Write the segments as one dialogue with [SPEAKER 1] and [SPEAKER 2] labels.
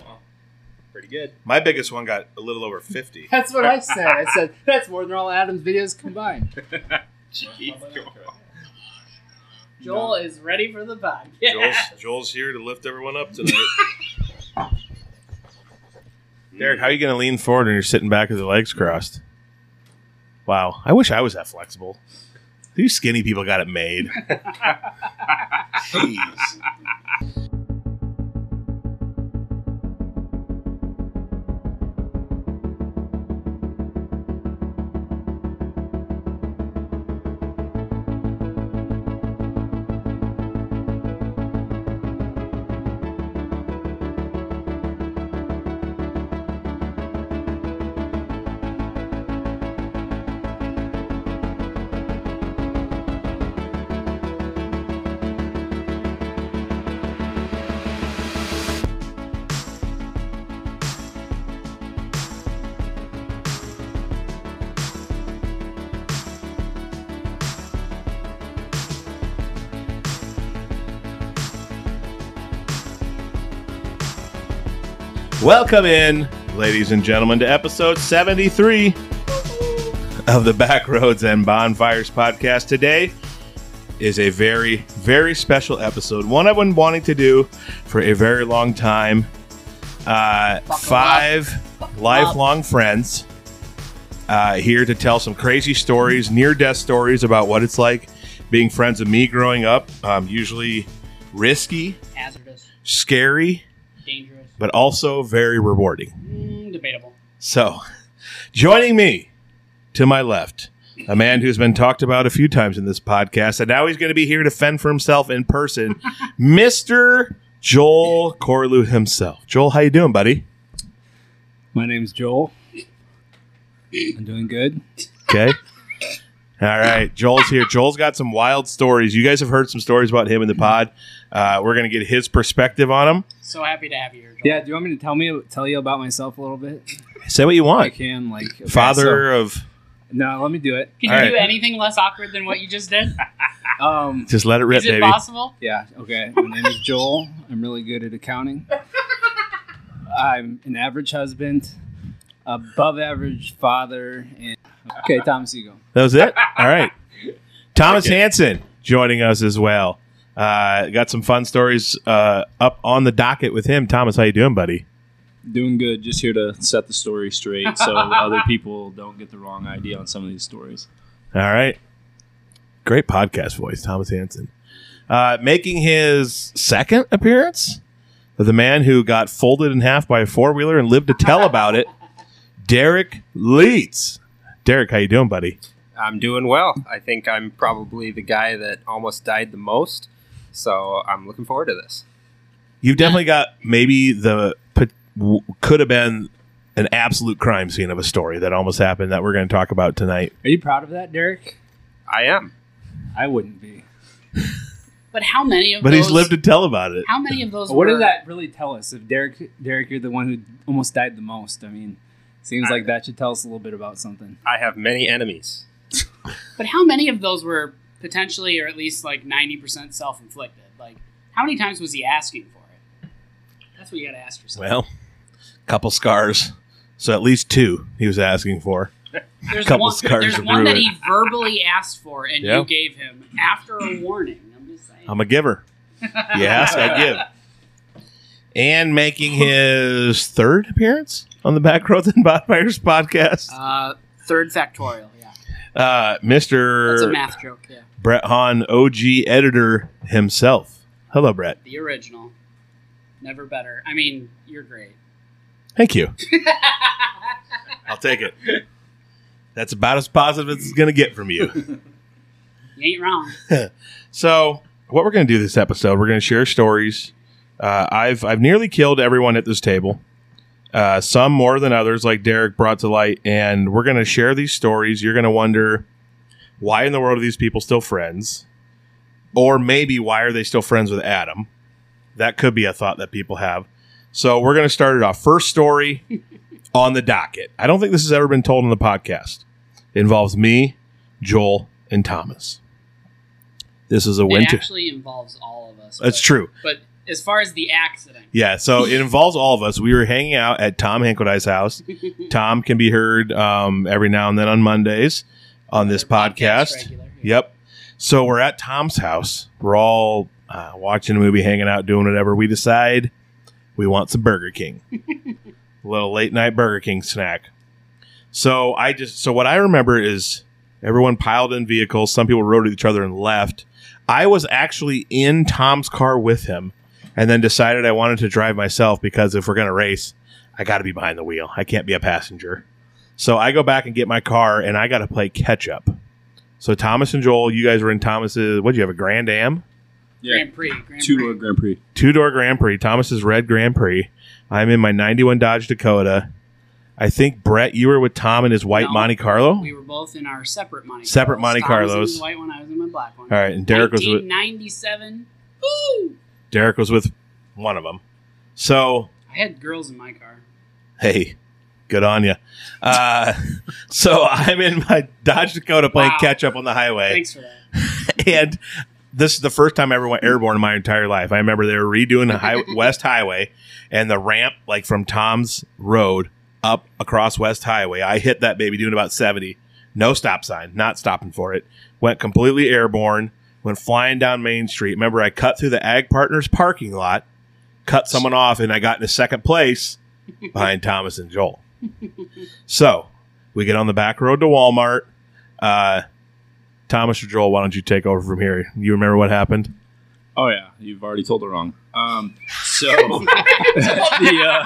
[SPEAKER 1] Wow. Pretty good.
[SPEAKER 2] My biggest one got a little over 50.
[SPEAKER 3] That's what I said. I said that's more than all Adam's videos combined.
[SPEAKER 1] Jeez, Joel.
[SPEAKER 3] Joel is ready for the podcast.
[SPEAKER 2] Joel's, Joel's here to lift everyone up tonight. Derek, how are you going to lean forward when you're sitting back with your legs crossed? Wow. I wish I was that flexible. These skinny people got it made. Jeez. Welcome in, ladies and gentlemen, to episode 73 of the Backroads and Bonfires podcast. Today is a very, very special episode, one I've been wanting to do for a very long time. Uh, five lifelong friends uh, here to tell some crazy stories, near death stories about what it's like being friends with me growing up. Um, usually risky,
[SPEAKER 3] Hazardous,
[SPEAKER 2] scary,
[SPEAKER 3] dangerous,
[SPEAKER 2] but also very rewarding.
[SPEAKER 3] mm, debatable.
[SPEAKER 2] So, joining me to my left, a man who's been talked about a few times in this podcast, and now he's going to be here to fend for himself in person, Mister Joel Corlew himself. Joel, how you doing, buddy?
[SPEAKER 4] My name's Joel. I'm doing good.
[SPEAKER 2] Okay. All right, Joel's here. Joel's got some wild stories. You guys have heard some stories about him in the pod. Uh, we're going to get his perspective on them.
[SPEAKER 3] So happy to have you here, Joel.
[SPEAKER 4] Yeah, do you want me to tell me tell you about myself a little bit?
[SPEAKER 2] Say what you
[SPEAKER 4] I
[SPEAKER 2] want.
[SPEAKER 4] can like okay,
[SPEAKER 2] Father of
[SPEAKER 4] so- no, let me do it.
[SPEAKER 3] Can you
[SPEAKER 2] All
[SPEAKER 3] do
[SPEAKER 2] right.
[SPEAKER 3] anything less awkward than what you just did?
[SPEAKER 4] Um
[SPEAKER 2] just let it rip,
[SPEAKER 3] is it
[SPEAKER 2] baby.
[SPEAKER 3] possible?
[SPEAKER 4] yeah, okay. My name is Joel. I'm really good at accounting. I'm an average husband, above average father, and Okay, Thomas you go.
[SPEAKER 2] That was it. All right. Thomas Hansen joining us as well. Uh, got some fun stories uh, up on the docket with him. Thomas, how you doing, buddy?
[SPEAKER 5] doing good just here to set the story straight so other people don't get the wrong idea on some of these stories
[SPEAKER 2] All right. Great podcast voice, Thomas Hansen. Uh, making his second appearance, the man who got folded in half by a four wheeler and lived to tell about it, Derek Leeds. Derek, how you doing, buddy?
[SPEAKER 6] I'm doing well. I think I'm probably the guy that almost died the most. So I'm looking forward to this.
[SPEAKER 2] You've definitely got maybe the pot- w- could have been an absolute crime scene of a story that almost happened that we're going to talk about tonight.
[SPEAKER 4] Are you proud of that, Derek?
[SPEAKER 6] I am.
[SPEAKER 4] I wouldn't be.
[SPEAKER 3] But how many of
[SPEAKER 2] But
[SPEAKER 3] those?
[SPEAKER 2] he's lived to tell about it.
[SPEAKER 3] How many of those?
[SPEAKER 4] What
[SPEAKER 3] were-
[SPEAKER 4] does that really tell us? If Derek Derek, you're the one who almost died the most. I mean, seems like that should tell us a little bit about something.
[SPEAKER 6] I have many enemies.
[SPEAKER 3] But how many of those were potentially, or at least like ninety percent self-inflicted? Like, how many times was he asking for it? That's what you got to ask yourself.
[SPEAKER 2] Well, couple scars. So at least two he was asking for.
[SPEAKER 3] there's
[SPEAKER 2] couple
[SPEAKER 3] one,
[SPEAKER 2] scars
[SPEAKER 3] there's
[SPEAKER 2] to brew
[SPEAKER 3] one that
[SPEAKER 2] it.
[SPEAKER 3] he verbally asked for, and
[SPEAKER 2] Yeah.
[SPEAKER 3] you gave him after a warning. I'm just saying.
[SPEAKER 2] I'm a giver. You ask, I give. And making his third appearance on the Backroads and Bonfires podcast,
[SPEAKER 3] uh, third factorial. Yeah,
[SPEAKER 2] uh,
[SPEAKER 3] that's a
[SPEAKER 2] Mr.
[SPEAKER 3] math joke. Yeah,
[SPEAKER 2] Brett Hahn, OG editor himself. Hello, Brett.
[SPEAKER 3] the original, never better. I mean, you're great.
[SPEAKER 2] Thank you. I'll take it. That's about as positive as it's going to get from you.
[SPEAKER 3] You ain't wrong.
[SPEAKER 2] So, what we're going to do this episode, we're going to share stories. Uh, I've I've nearly killed everyone at this table. Uh, some more than others, like Derek brought to light, and we're going to share these stories. You're going to wonder why in the world are these people still friends, or maybe why are they still friends with Adam? That could be a thought that people have. So we're going to start it off. First story on the docket. I don't think this has ever been told on the podcast. It involves me, Joel, and Thomas. This is a
[SPEAKER 3] It
[SPEAKER 2] winter.
[SPEAKER 3] actually involves all of us.
[SPEAKER 2] That's
[SPEAKER 3] but-
[SPEAKER 2] true.
[SPEAKER 3] But as far as the accident.
[SPEAKER 2] Yeah, so it involves all of us. We were hanging out at Tom Hankwadi's house. Tom can be heard um, every now and then on Mondays on this podcast.
[SPEAKER 3] regular.
[SPEAKER 2] Yep. So we're at Tom's house. We're all uh, watching a movie, hanging out, doing whatever. We decide we want some Burger King, a little late night Burger King snack. So I just so what I remember is everyone piled in vehicles. Some people rode at each other and left. I was actually in Tom's car with him, and then decided I wanted to drive myself because if we're gonna race, I got to be behind the wheel. I can't be a passenger. So I go back and get my car, and I got to play catch up. So Thomas and Joel, you guys were in Thomas's. What do you have? A Grand Am,
[SPEAKER 5] Yeah,
[SPEAKER 3] Grand Prix. Grand
[SPEAKER 5] two
[SPEAKER 3] Prix.
[SPEAKER 5] door Grand Prix.
[SPEAKER 2] two door Grand Prix. Thomas's red Grand Prix. I'm in my '91 Dodge Dakota. I think Brett, you were with Tom in his white
[SPEAKER 3] No.
[SPEAKER 2] Monte Carlo.
[SPEAKER 3] We were both in our separate Monte.
[SPEAKER 2] Separate Monte
[SPEAKER 3] Tom was in
[SPEAKER 2] Carlos.
[SPEAKER 3] the white one. I was in my black one.
[SPEAKER 2] All right, and Derek was with
[SPEAKER 3] 1997. Woo!
[SPEAKER 2] Derek was with one of them. So
[SPEAKER 3] I had girls in my car.
[SPEAKER 2] hey, good on you. Uh, so I'm in my Dodge Dakota playing
[SPEAKER 3] Wow.
[SPEAKER 2] catch up on the highway.
[SPEAKER 3] Thanks for that.
[SPEAKER 2] and this is the first time I ever went airborne in my entire life. I remember they were redoing the high- West Highway and the ramp, like from Tom's Road up across West Highway. I hit that baby doing about 70. No stop sign, not stopping for it. Went completely airborne, went flying down Main Street. Remember, I cut through the Ag Partners parking lot, cut someone off, and I got into second place behind Thomas and Joel. So we get on the back road to Walmart. Uh, Thomas or Joel, why don't you take over from here? You remember what happened?
[SPEAKER 5] Oh yeah, you've already told it wrong. Um, so the, uh,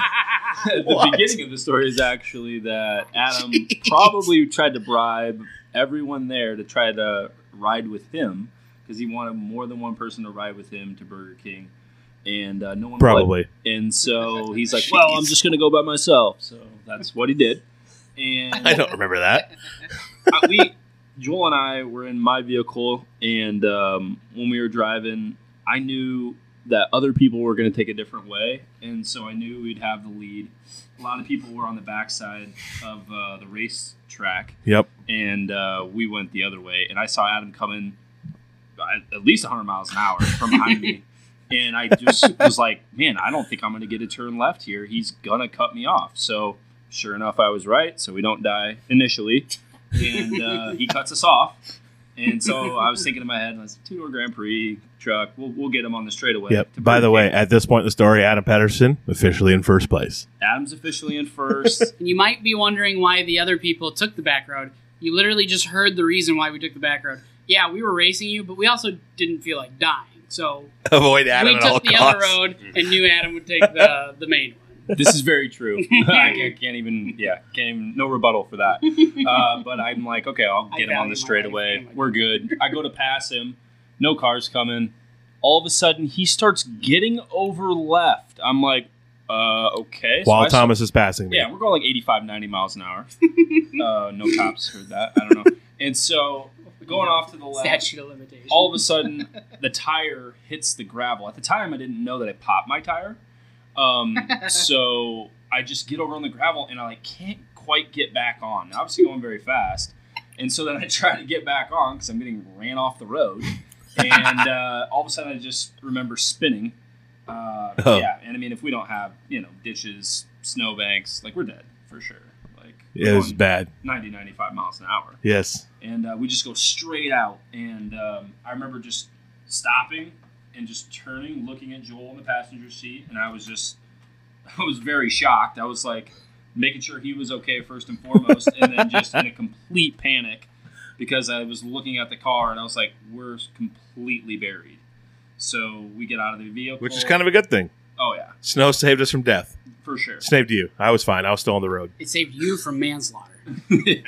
[SPEAKER 5] the beginning of the story is actually that Adam probably tried to bribe everyone there to try to ride with him because he wanted more than one person to ride with him to Burger King, and uh, no one would.
[SPEAKER 2] Probably.
[SPEAKER 5] And so he's like, "Well, I'm just gonna go by myself." So that's what he did. And
[SPEAKER 2] I don't remember that.
[SPEAKER 5] uh, we Joel and I were in my vehicle, and um, when we were driving, I knew that other people were going to take a different way, and so I knew we'd have the lead. A lot of people were on the backside of uh, the race track,
[SPEAKER 2] Yep.
[SPEAKER 5] and uh, we went the other way. And I saw Adam coming at- at least 100 miles an hour from behind me. And I just was like, man, I don't think I'm going to get a turn left here. He's going to cut me off. So, sure enough, I was right. So, we don't die initially. And uh, he cuts us off. And so I was thinking in my head, I was two door Grand Prix truck. We'll, we'll get him on the straightaway.
[SPEAKER 2] Yep.
[SPEAKER 5] to
[SPEAKER 2] By the
[SPEAKER 5] Burger
[SPEAKER 2] way,
[SPEAKER 5] King.
[SPEAKER 2] at this point in the story, Adam Patterson officially in first place.
[SPEAKER 5] Adam's officially in first.
[SPEAKER 3] And you might be wondering why the other people took the back road. You literally just heard the reason why we took the back road. Yeah, we were racing you, but we also didn't feel like dying. So
[SPEAKER 2] Avoid Adam
[SPEAKER 3] we
[SPEAKER 2] at all
[SPEAKER 3] took the
[SPEAKER 2] costs.
[SPEAKER 3] other road and knew Adam would take the, the main one.
[SPEAKER 5] this is very true. I can't- can't even, yeah, can't even, no rebuttal for that. Uh, but I'm like, okay, I'll
[SPEAKER 3] I
[SPEAKER 5] get him
[SPEAKER 3] value
[SPEAKER 5] on
[SPEAKER 3] my
[SPEAKER 5] the
[SPEAKER 3] life.
[SPEAKER 5] straightaway.
[SPEAKER 3] Oh my
[SPEAKER 5] We're good. I go to pass him. No cars coming. All of a sudden, he starts getting over left. I'm like, uh, okay. So
[SPEAKER 2] While
[SPEAKER 5] I start-
[SPEAKER 2] Thomas is passing me.
[SPEAKER 5] yeah, we're going like 85, 90 miles an hour. uh, no cops heard that. I don't know. And so going off to the left
[SPEAKER 3] Statute of limitations.
[SPEAKER 5] all of a sudden the tire hits the gravel at the time i didn't know that i popped my tire um, so i just get over on the gravel and i like can't quite get back on And obviously going very fast and so then i try to get back on because i'm getting ran off the road and uh, all of a sudden i just remember spinning uh,
[SPEAKER 2] Oh.
[SPEAKER 5] yeah and i mean if we don't have you know ditches snowbanks like we're dead for sure like
[SPEAKER 2] It was
[SPEAKER 5] going
[SPEAKER 2] bad.
[SPEAKER 5] 90 95 miles an hour
[SPEAKER 2] Yes.
[SPEAKER 5] and uh, we just go straight out. And um, I remember just stopping and just turning, looking at Joel in the passenger seat, and I was just, I was very shocked. I was like making sure he was okay first and foremost, and then just in a complete panic because I was looking at the car and I was like, we're completely buried. So we get out of the vehicle,
[SPEAKER 2] Which is kind of a good thing.
[SPEAKER 5] oh yeah,
[SPEAKER 2] Snow saved us from death.
[SPEAKER 5] for sure.
[SPEAKER 2] Saved you. I was fine. I was still on the road.
[SPEAKER 3] it saved you from manslaughter.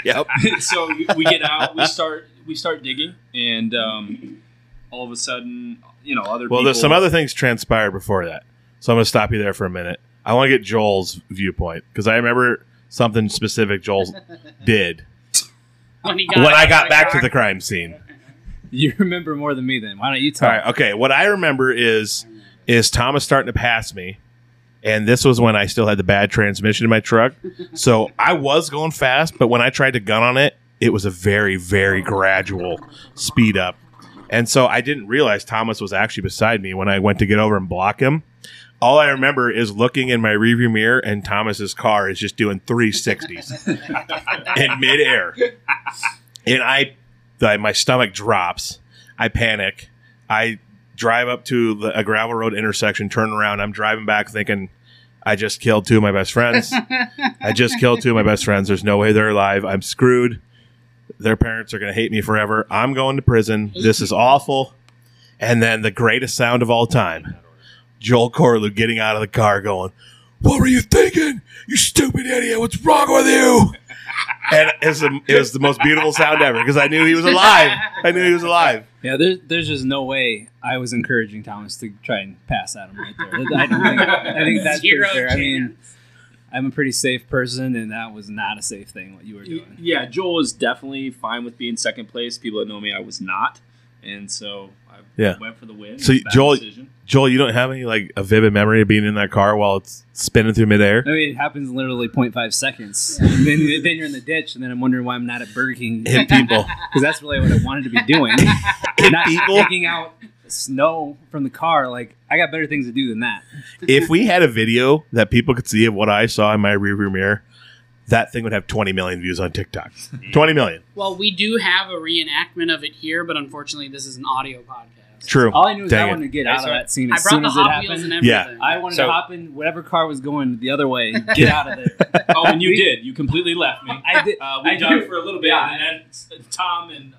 [SPEAKER 2] Yep.
[SPEAKER 5] so we- we get out, we start, we start digging, and um, all of a sudden, you know, other
[SPEAKER 2] well,
[SPEAKER 5] people,
[SPEAKER 2] there's some other things transpired before that. So I'm going to stop you there for a minute. I want to get Joel's viewpoint because I remember something specific Joel did
[SPEAKER 3] When, he
[SPEAKER 2] when I
[SPEAKER 3] out
[SPEAKER 2] got
[SPEAKER 3] of
[SPEAKER 2] back
[SPEAKER 3] car.
[SPEAKER 2] to the crime scene.
[SPEAKER 4] You remember more than me then. Why don't you
[SPEAKER 2] All
[SPEAKER 4] tell?
[SPEAKER 2] right. Okay. What I remember is is Thomas starting to pass me, and this was when I still had the bad transmission in my truck. So I was going fast, but when I tried to gun on it, it was a very very gradual speed up, and so I didn't realize Thomas was actually beside me when I went to get over and block him. All I remember is looking in my rearview mirror and Thomas's car is just doing 360s in midair. And I, I, my stomach drops. I panic. I drive up to the, a gravel road intersection, turn around. I'm driving back thinking, I just killed two of my best friends. I just killed two of my best friends. There's no way they're alive. I'm screwed. Their parents are going to hate me forever. I'm going to prison. This is awful. And then the greatest sound of all time Joel Corlew getting out of the car going, What were you thinking? You stupid idiot. What's wrong with you? And it was, the- it was the most beautiful sound ever because I knew he was alive. I knew he was alive.
[SPEAKER 4] Yeah, there's there's just no way I was encouraging Thomas to try and pass at him right there. I don't think I think that's
[SPEAKER 3] Zero
[SPEAKER 4] pretty fair. I mean,
[SPEAKER 3] chance.
[SPEAKER 4] I'm a pretty safe person, and that was not a safe thing what you were doing.
[SPEAKER 5] Yeah, Joel was definitely fine with being second place. People that know me, I was not, and so I
[SPEAKER 2] Yeah.
[SPEAKER 5] went for the win.
[SPEAKER 2] So,
[SPEAKER 5] It was a bad
[SPEAKER 2] Joel-
[SPEAKER 5] decision.
[SPEAKER 2] Joel, you don't have any like a vivid memory of being in that car while it's spinning through midair.
[SPEAKER 4] I mean, it happens in literally 0.5 seconds. And then, then you're in the ditch, and then I'm wondering why I'm not at Burger King
[SPEAKER 2] Hit people.
[SPEAKER 4] because that's really what I wanted to be doing. not
[SPEAKER 2] people.
[SPEAKER 4] picking out snow from the car. Like I got better things to do than that.
[SPEAKER 2] if we had a video that people could see of what I saw in my rearview mirror, that thing would have 20 million views on TikTok. 20 million.
[SPEAKER 3] Well, we do have a reenactment of it here, but unfortunately, this is an audio podcast.
[SPEAKER 2] True.
[SPEAKER 5] Oh.
[SPEAKER 4] All I knew is
[SPEAKER 2] Dang
[SPEAKER 4] I
[SPEAKER 2] it.
[SPEAKER 4] wanted to get
[SPEAKER 6] I
[SPEAKER 4] out of
[SPEAKER 6] saw-
[SPEAKER 4] that scene
[SPEAKER 3] I
[SPEAKER 4] as
[SPEAKER 3] brought
[SPEAKER 4] soon
[SPEAKER 3] the
[SPEAKER 4] as it
[SPEAKER 3] Hot Wheels and
[SPEAKER 4] happened.
[SPEAKER 3] everything.
[SPEAKER 4] I wanted
[SPEAKER 6] So-
[SPEAKER 4] to hop in whatever car was going the other way, get out of there.
[SPEAKER 5] Oh, and you
[SPEAKER 4] We-
[SPEAKER 5] did. You completely left me.
[SPEAKER 4] I did.
[SPEAKER 5] Uh, we
[SPEAKER 4] I
[SPEAKER 5] dug
[SPEAKER 4] do.
[SPEAKER 5] for a little bit,
[SPEAKER 4] Yeah.
[SPEAKER 5] and then Tom and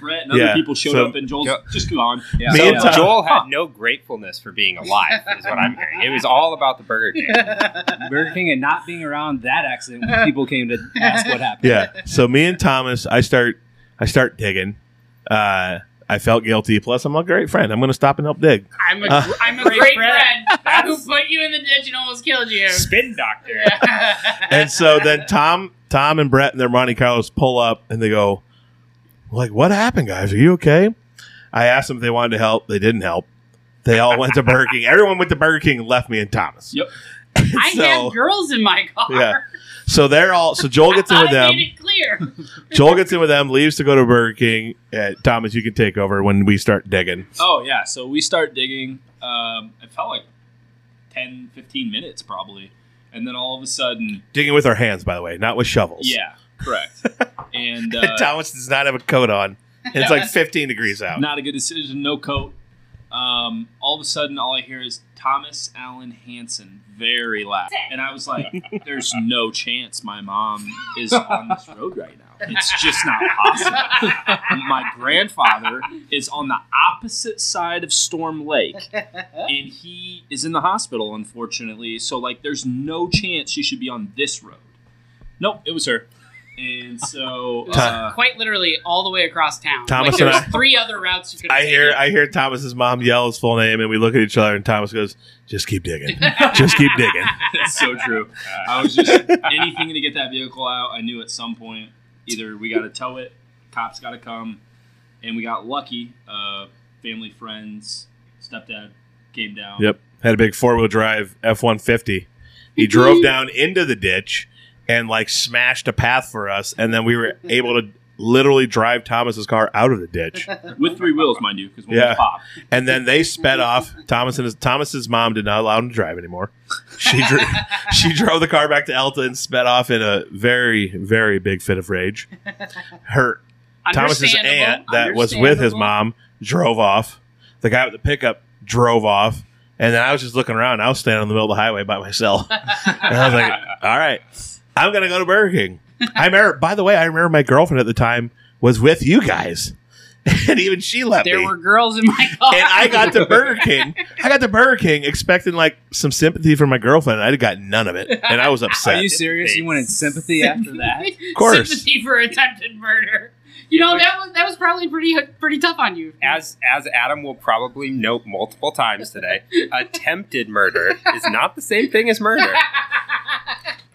[SPEAKER 5] Brett and other
[SPEAKER 2] Yeah,
[SPEAKER 5] people showed
[SPEAKER 2] so-
[SPEAKER 5] up, and Joel's
[SPEAKER 6] Yeah.
[SPEAKER 5] just gone.
[SPEAKER 4] Yeah.
[SPEAKER 2] Me
[SPEAKER 6] So
[SPEAKER 2] and Tom-
[SPEAKER 6] Joel had no gratefulness for being alive, is what I'm hearing. It was all about the Burger King.
[SPEAKER 4] Burger King and not being around that accident when people came to ask what happened.
[SPEAKER 2] yeah. So me and Thomas, I start I start digging. Uh I felt guilty. Plus, I'm a great friend. I'm going to stop and help dig.
[SPEAKER 3] I'm a,
[SPEAKER 2] Uh,
[SPEAKER 3] am a
[SPEAKER 6] Great
[SPEAKER 3] great,
[SPEAKER 6] friend.
[SPEAKER 3] friend, who put you in the ditch and almost killed you.
[SPEAKER 6] Spin Doctor.
[SPEAKER 2] And so then Tom, Tom and Brett and their Monte Carlos pull up and they go, like, what happened, guys? Are you okay? I asked them if they wanted to help. They didn't help. They all went to Burger King. Everyone went to Burger King and left me and Thomas.
[SPEAKER 5] Yep.
[SPEAKER 3] I
[SPEAKER 2] So-
[SPEAKER 3] have girls in my car.
[SPEAKER 2] Yeah. So they're all so Joel gets in
[SPEAKER 3] I
[SPEAKER 2] with them.
[SPEAKER 3] made it clear.
[SPEAKER 2] Joel gets in with them, leaves to go to Burger King. Uh, Thomas, you can take over when we start digging.
[SPEAKER 5] Oh yeah, so we start digging. Um, it felt like 10, 15 minutes probably, and then all of a sudden,
[SPEAKER 2] Digging with our hands, by the way, not with shovels.
[SPEAKER 5] yeah, correct. and uh,
[SPEAKER 2] Thomas does not have a coat on. And it's like 15 degrees out.
[SPEAKER 5] not a good decision. No coat. Um, all of a sudden, all I hear is Thomas Allen Hansen, very loud, and I was like, "There's no chance my mom is on this road right now. It's just not possible." my grandfather is on the opposite side of Storm Lake, and he is in the hospital, unfortunately. So, like, there's no chance she should be on this road. Nope, it was her, and so uh,
[SPEAKER 3] Quite literally, all the way across town.
[SPEAKER 2] Thomas
[SPEAKER 3] like,
[SPEAKER 2] and
[SPEAKER 3] there's
[SPEAKER 2] I-
[SPEAKER 3] three other routes you could.
[SPEAKER 2] I hear I hear Thomas's mom yell his full name, and we look at each other, and Thomas goes, "Just keep digging, just keep digging."
[SPEAKER 5] That's so true. I was just anything to get that vehicle out. I knew at some point either we got to tow it, cops got to come, and we got lucky. Uh, family, friends, stepdad came down.
[SPEAKER 2] Yep, had a big four wheel drive F one fifty. He drove down into the ditch and like smashed a path for us, and then we were able to literally drive Thomas's car out of the ditch.
[SPEAKER 5] with three wheels, mind you, because one
[SPEAKER 2] Yeah.
[SPEAKER 5] was pop.
[SPEAKER 2] And then they sped off. Thomas and his, Thomas's mom did not allow him to drive anymore. She dro- she drove the car back to Elta and sped off in a very very big fit of rage. Her Thomas's
[SPEAKER 3] Understandable,
[SPEAKER 2] aunt that was with his
[SPEAKER 3] understandable.
[SPEAKER 2] mom drove off. The guy with the pickup drove off. And then I was just looking around. I was standing in the middle of the highway by myself. and I was like, all right, I'm going to go to Burger King. I remember, by the way, I remember my girlfriend at the time was with you guys. And even she left
[SPEAKER 3] There
[SPEAKER 2] me.
[SPEAKER 3] were girls in my car.
[SPEAKER 2] and I got to Burger King. I got to Burger King expecting like some sympathy from my girlfriend. and I got none of it. And I was upset.
[SPEAKER 4] Are you serious? You wanted sympathy after that?
[SPEAKER 3] of
[SPEAKER 2] course.
[SPEAKER 3] sympathy for attempted murder. You know that was that was probably pretty pretty tough on you.
[SPEAKER 6] As as Adam will probably note multiple times today, attempted murder is not the same thing as murder.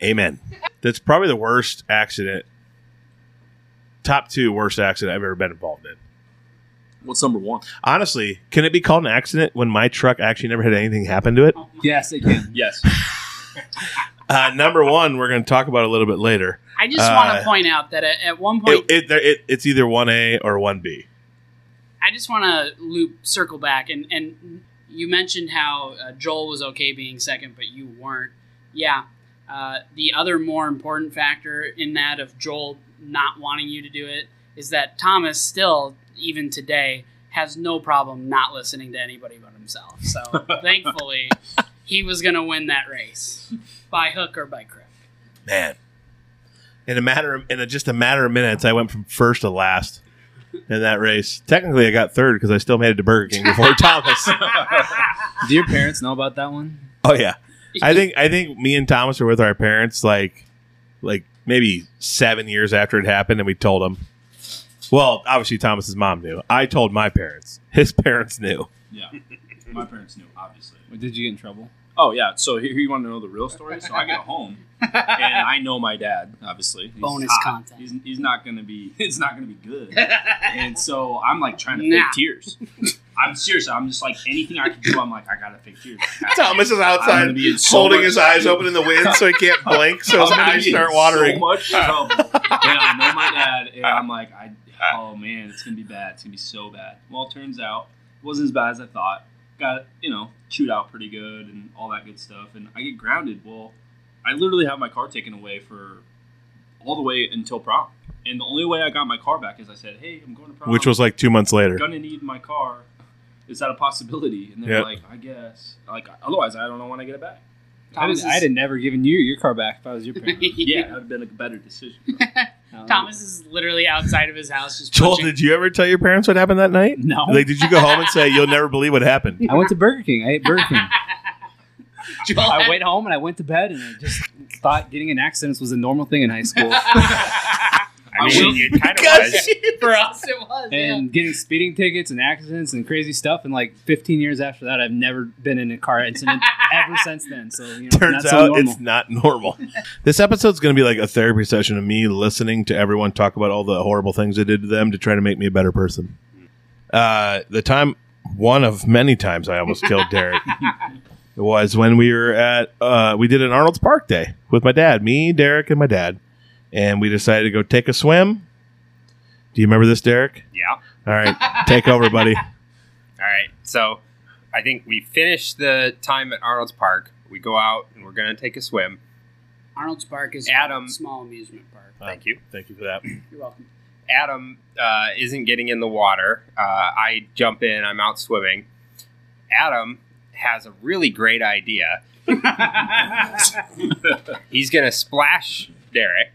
[SPEAKER 2] Amen. That's probably the worst accident. Top two worst accident I've ever been involved in.
[SPEAKER 5] What's number one?
[SPEAKER 2] Honestly, can it be called an accident when my truck actually never had anything happen to it?
[SPEAKER 3] Oh my-
[SPEAKER 4] Yes, it can.
[SPEAKER 5] Yes,
[SPEAKER 2] Uh, number one, we're going to talk about a little bit later.
[SPEAKER 3] I just want
[SPEAKER 2] Uh,
[SPEAKER 3] to point out that at, at one point
[SPEAKER 2] It, it, there- it, it's either one A or one B.
[SPEAKER 3] I just want to loop circle back and and you mentioned how uh, Joel was okay being second, but you weren't. Yeah. Uh, the other more important factor in that of Joel not wanting you to do it is that Thomas still, even today, has no problem not listening to anybody but himself. So thankfully, he was going to win that race by hook or by crook.
[SPEAKER 2] man. In a matter of, in a, just a matter of minutes, I went from first to last in that race. Technically, I got third because I still made it to Burger King before Thomas.
[SPEAKER 4] Do your parents know about that one?
[SPEAKER 2] Oh yeah, I think I think me and Thomas were with our parents like like maybe seven years after it happened, and we told them. Well, obviously Thomas's mom knew. I told my parents. His parents knew.
[SPEAKER 5] Yeah. My parents knew, obviously.
[SPEAKER 4] Did you get in trouble?
[SPEAKER 5] Oh yeah. So here you want to know the real story. So I get home and I know my dad. Obviously, he's
[SPEAKER 3] Bonus
[SPEAKER 5] hot.
[SPEAKER 3] content.
[SPEAKER 5] He's, he's not gonna be. It's not gonna be good. and so I'm like trying to fake
[SPEAKER 3] Nah.
[SPEAKER 5] tears. I'm serious. I'm just like anything I can do. I'm like I gotta fake tears.
[SPEAKER 2] Thomas is
[SPEAKER 5] I'm
[SPEAKER 2] outside
[SPEAKER 5] gonna be in so
[SPEAKER 2] holding
[SPEAKER 5] much-
[SPEAKER 2] his eyes open in the wind so he can't blink, so
[SPEAKER 5] I'm
[SPEAKER 2] his
[SPEAKER 5] gonna be
[SPEAKER 2] eyes
[SPEAKER 5] in
[SPEAKER 2] start watering.
[SPEAKER 5] So much trouble. and I know my dad, and I'm like, I, oh man, it's gonna be bad. It's gonna be so bad. Well, it turns out it wasn't as bad as I thought. Got you know chewed out pretty good and all that good stuff, and I get grounded. Well, I literally have my car taken away for all the way until prom, and the only way I got my car back is I said, hey, I'm going to prom.
[SPEAKER 2] Which was like two months later.
[SPEAKER 5] gonna need my car. Is that a possibility? And they're
[SPEAKER 2] Yep.
[SPEAKER 5] like, I guess. Like otherwise, I don't know when I get it back.
[SPEAKER 3] Thomas
[SPEAKER 4] I'd, I'd
[SPEAKER 3] is-
[SPEAKER 4] have never given you your car back if I was your parent.
[SPEAKER 5] Yeah, that would have been a better decision.
[SPEAKER 4] Um,
[SPEAKER 3] Thomas is literally outside of his house just
[SPEAKER 2] Joel,
[SPEAKER 3] punching.
[SPEAKER 2] did you ever tell your parents what happened that night?
[SPEAKER 4] No.
[SPEAKER 2] Like, did you go home and say you'll never believe what happened?
[SPEAKER 4] I went to Burger King. I ate Burger King.
[SPEAKER 3] Joel
[SPEAKER 4] I
[SPEAKER 3] had-
[SPEAKER 4] went home and I went to bed and I just thought getting in accidents was a normal thing in high school.
[SPEAKER 5] I will-
[SPEAKER 3] for us it was. yeah.
[SPEAKER 4] and getting speeding tickets and accidents and crazy stuff. And like 15 years after that, I've never been in a car accident ever since then. So you know,
[SPEAKER 2] Turns
[SPEAKER 4] not so
[SPEAKER 2] out
[SPEAKER 4] normal.
[SPEAKER 2] it's not normal. this episode's going to be like a therapy session of me listening to everyone talk about all the horrible things they did to them to try to make me a better person. Uh, the time, one of many times I almost killed Derek, was when we were at, uh, we did an Arnold's Park Day with my dad, me, Derek, and my dad. And we decided to go take a swim. Do you remember this, Derek?
[SPEAKER 6] Yeah.
[SPEAKER 2] All right, take over, buddy.
[SPEAKER 6] All right. So I think we finish the time at Arnold's Park. We go out and we're going to take a swim.
[SPEAKER 3] Arnold's Park is
[SPEAKER 6] Adam-
[SPEAKER 3] a small amusement park.
[SPEAKER 6] Thank you.
[SPEAKER 2] Thank you for that.
[SPEAKER 3] You're welcome.
[SPEAKER 6] Adam uh, isn't getting in the water. Uh, I jump in, I'm out swimming. Adam has a really great idea. He's going to splash Derek,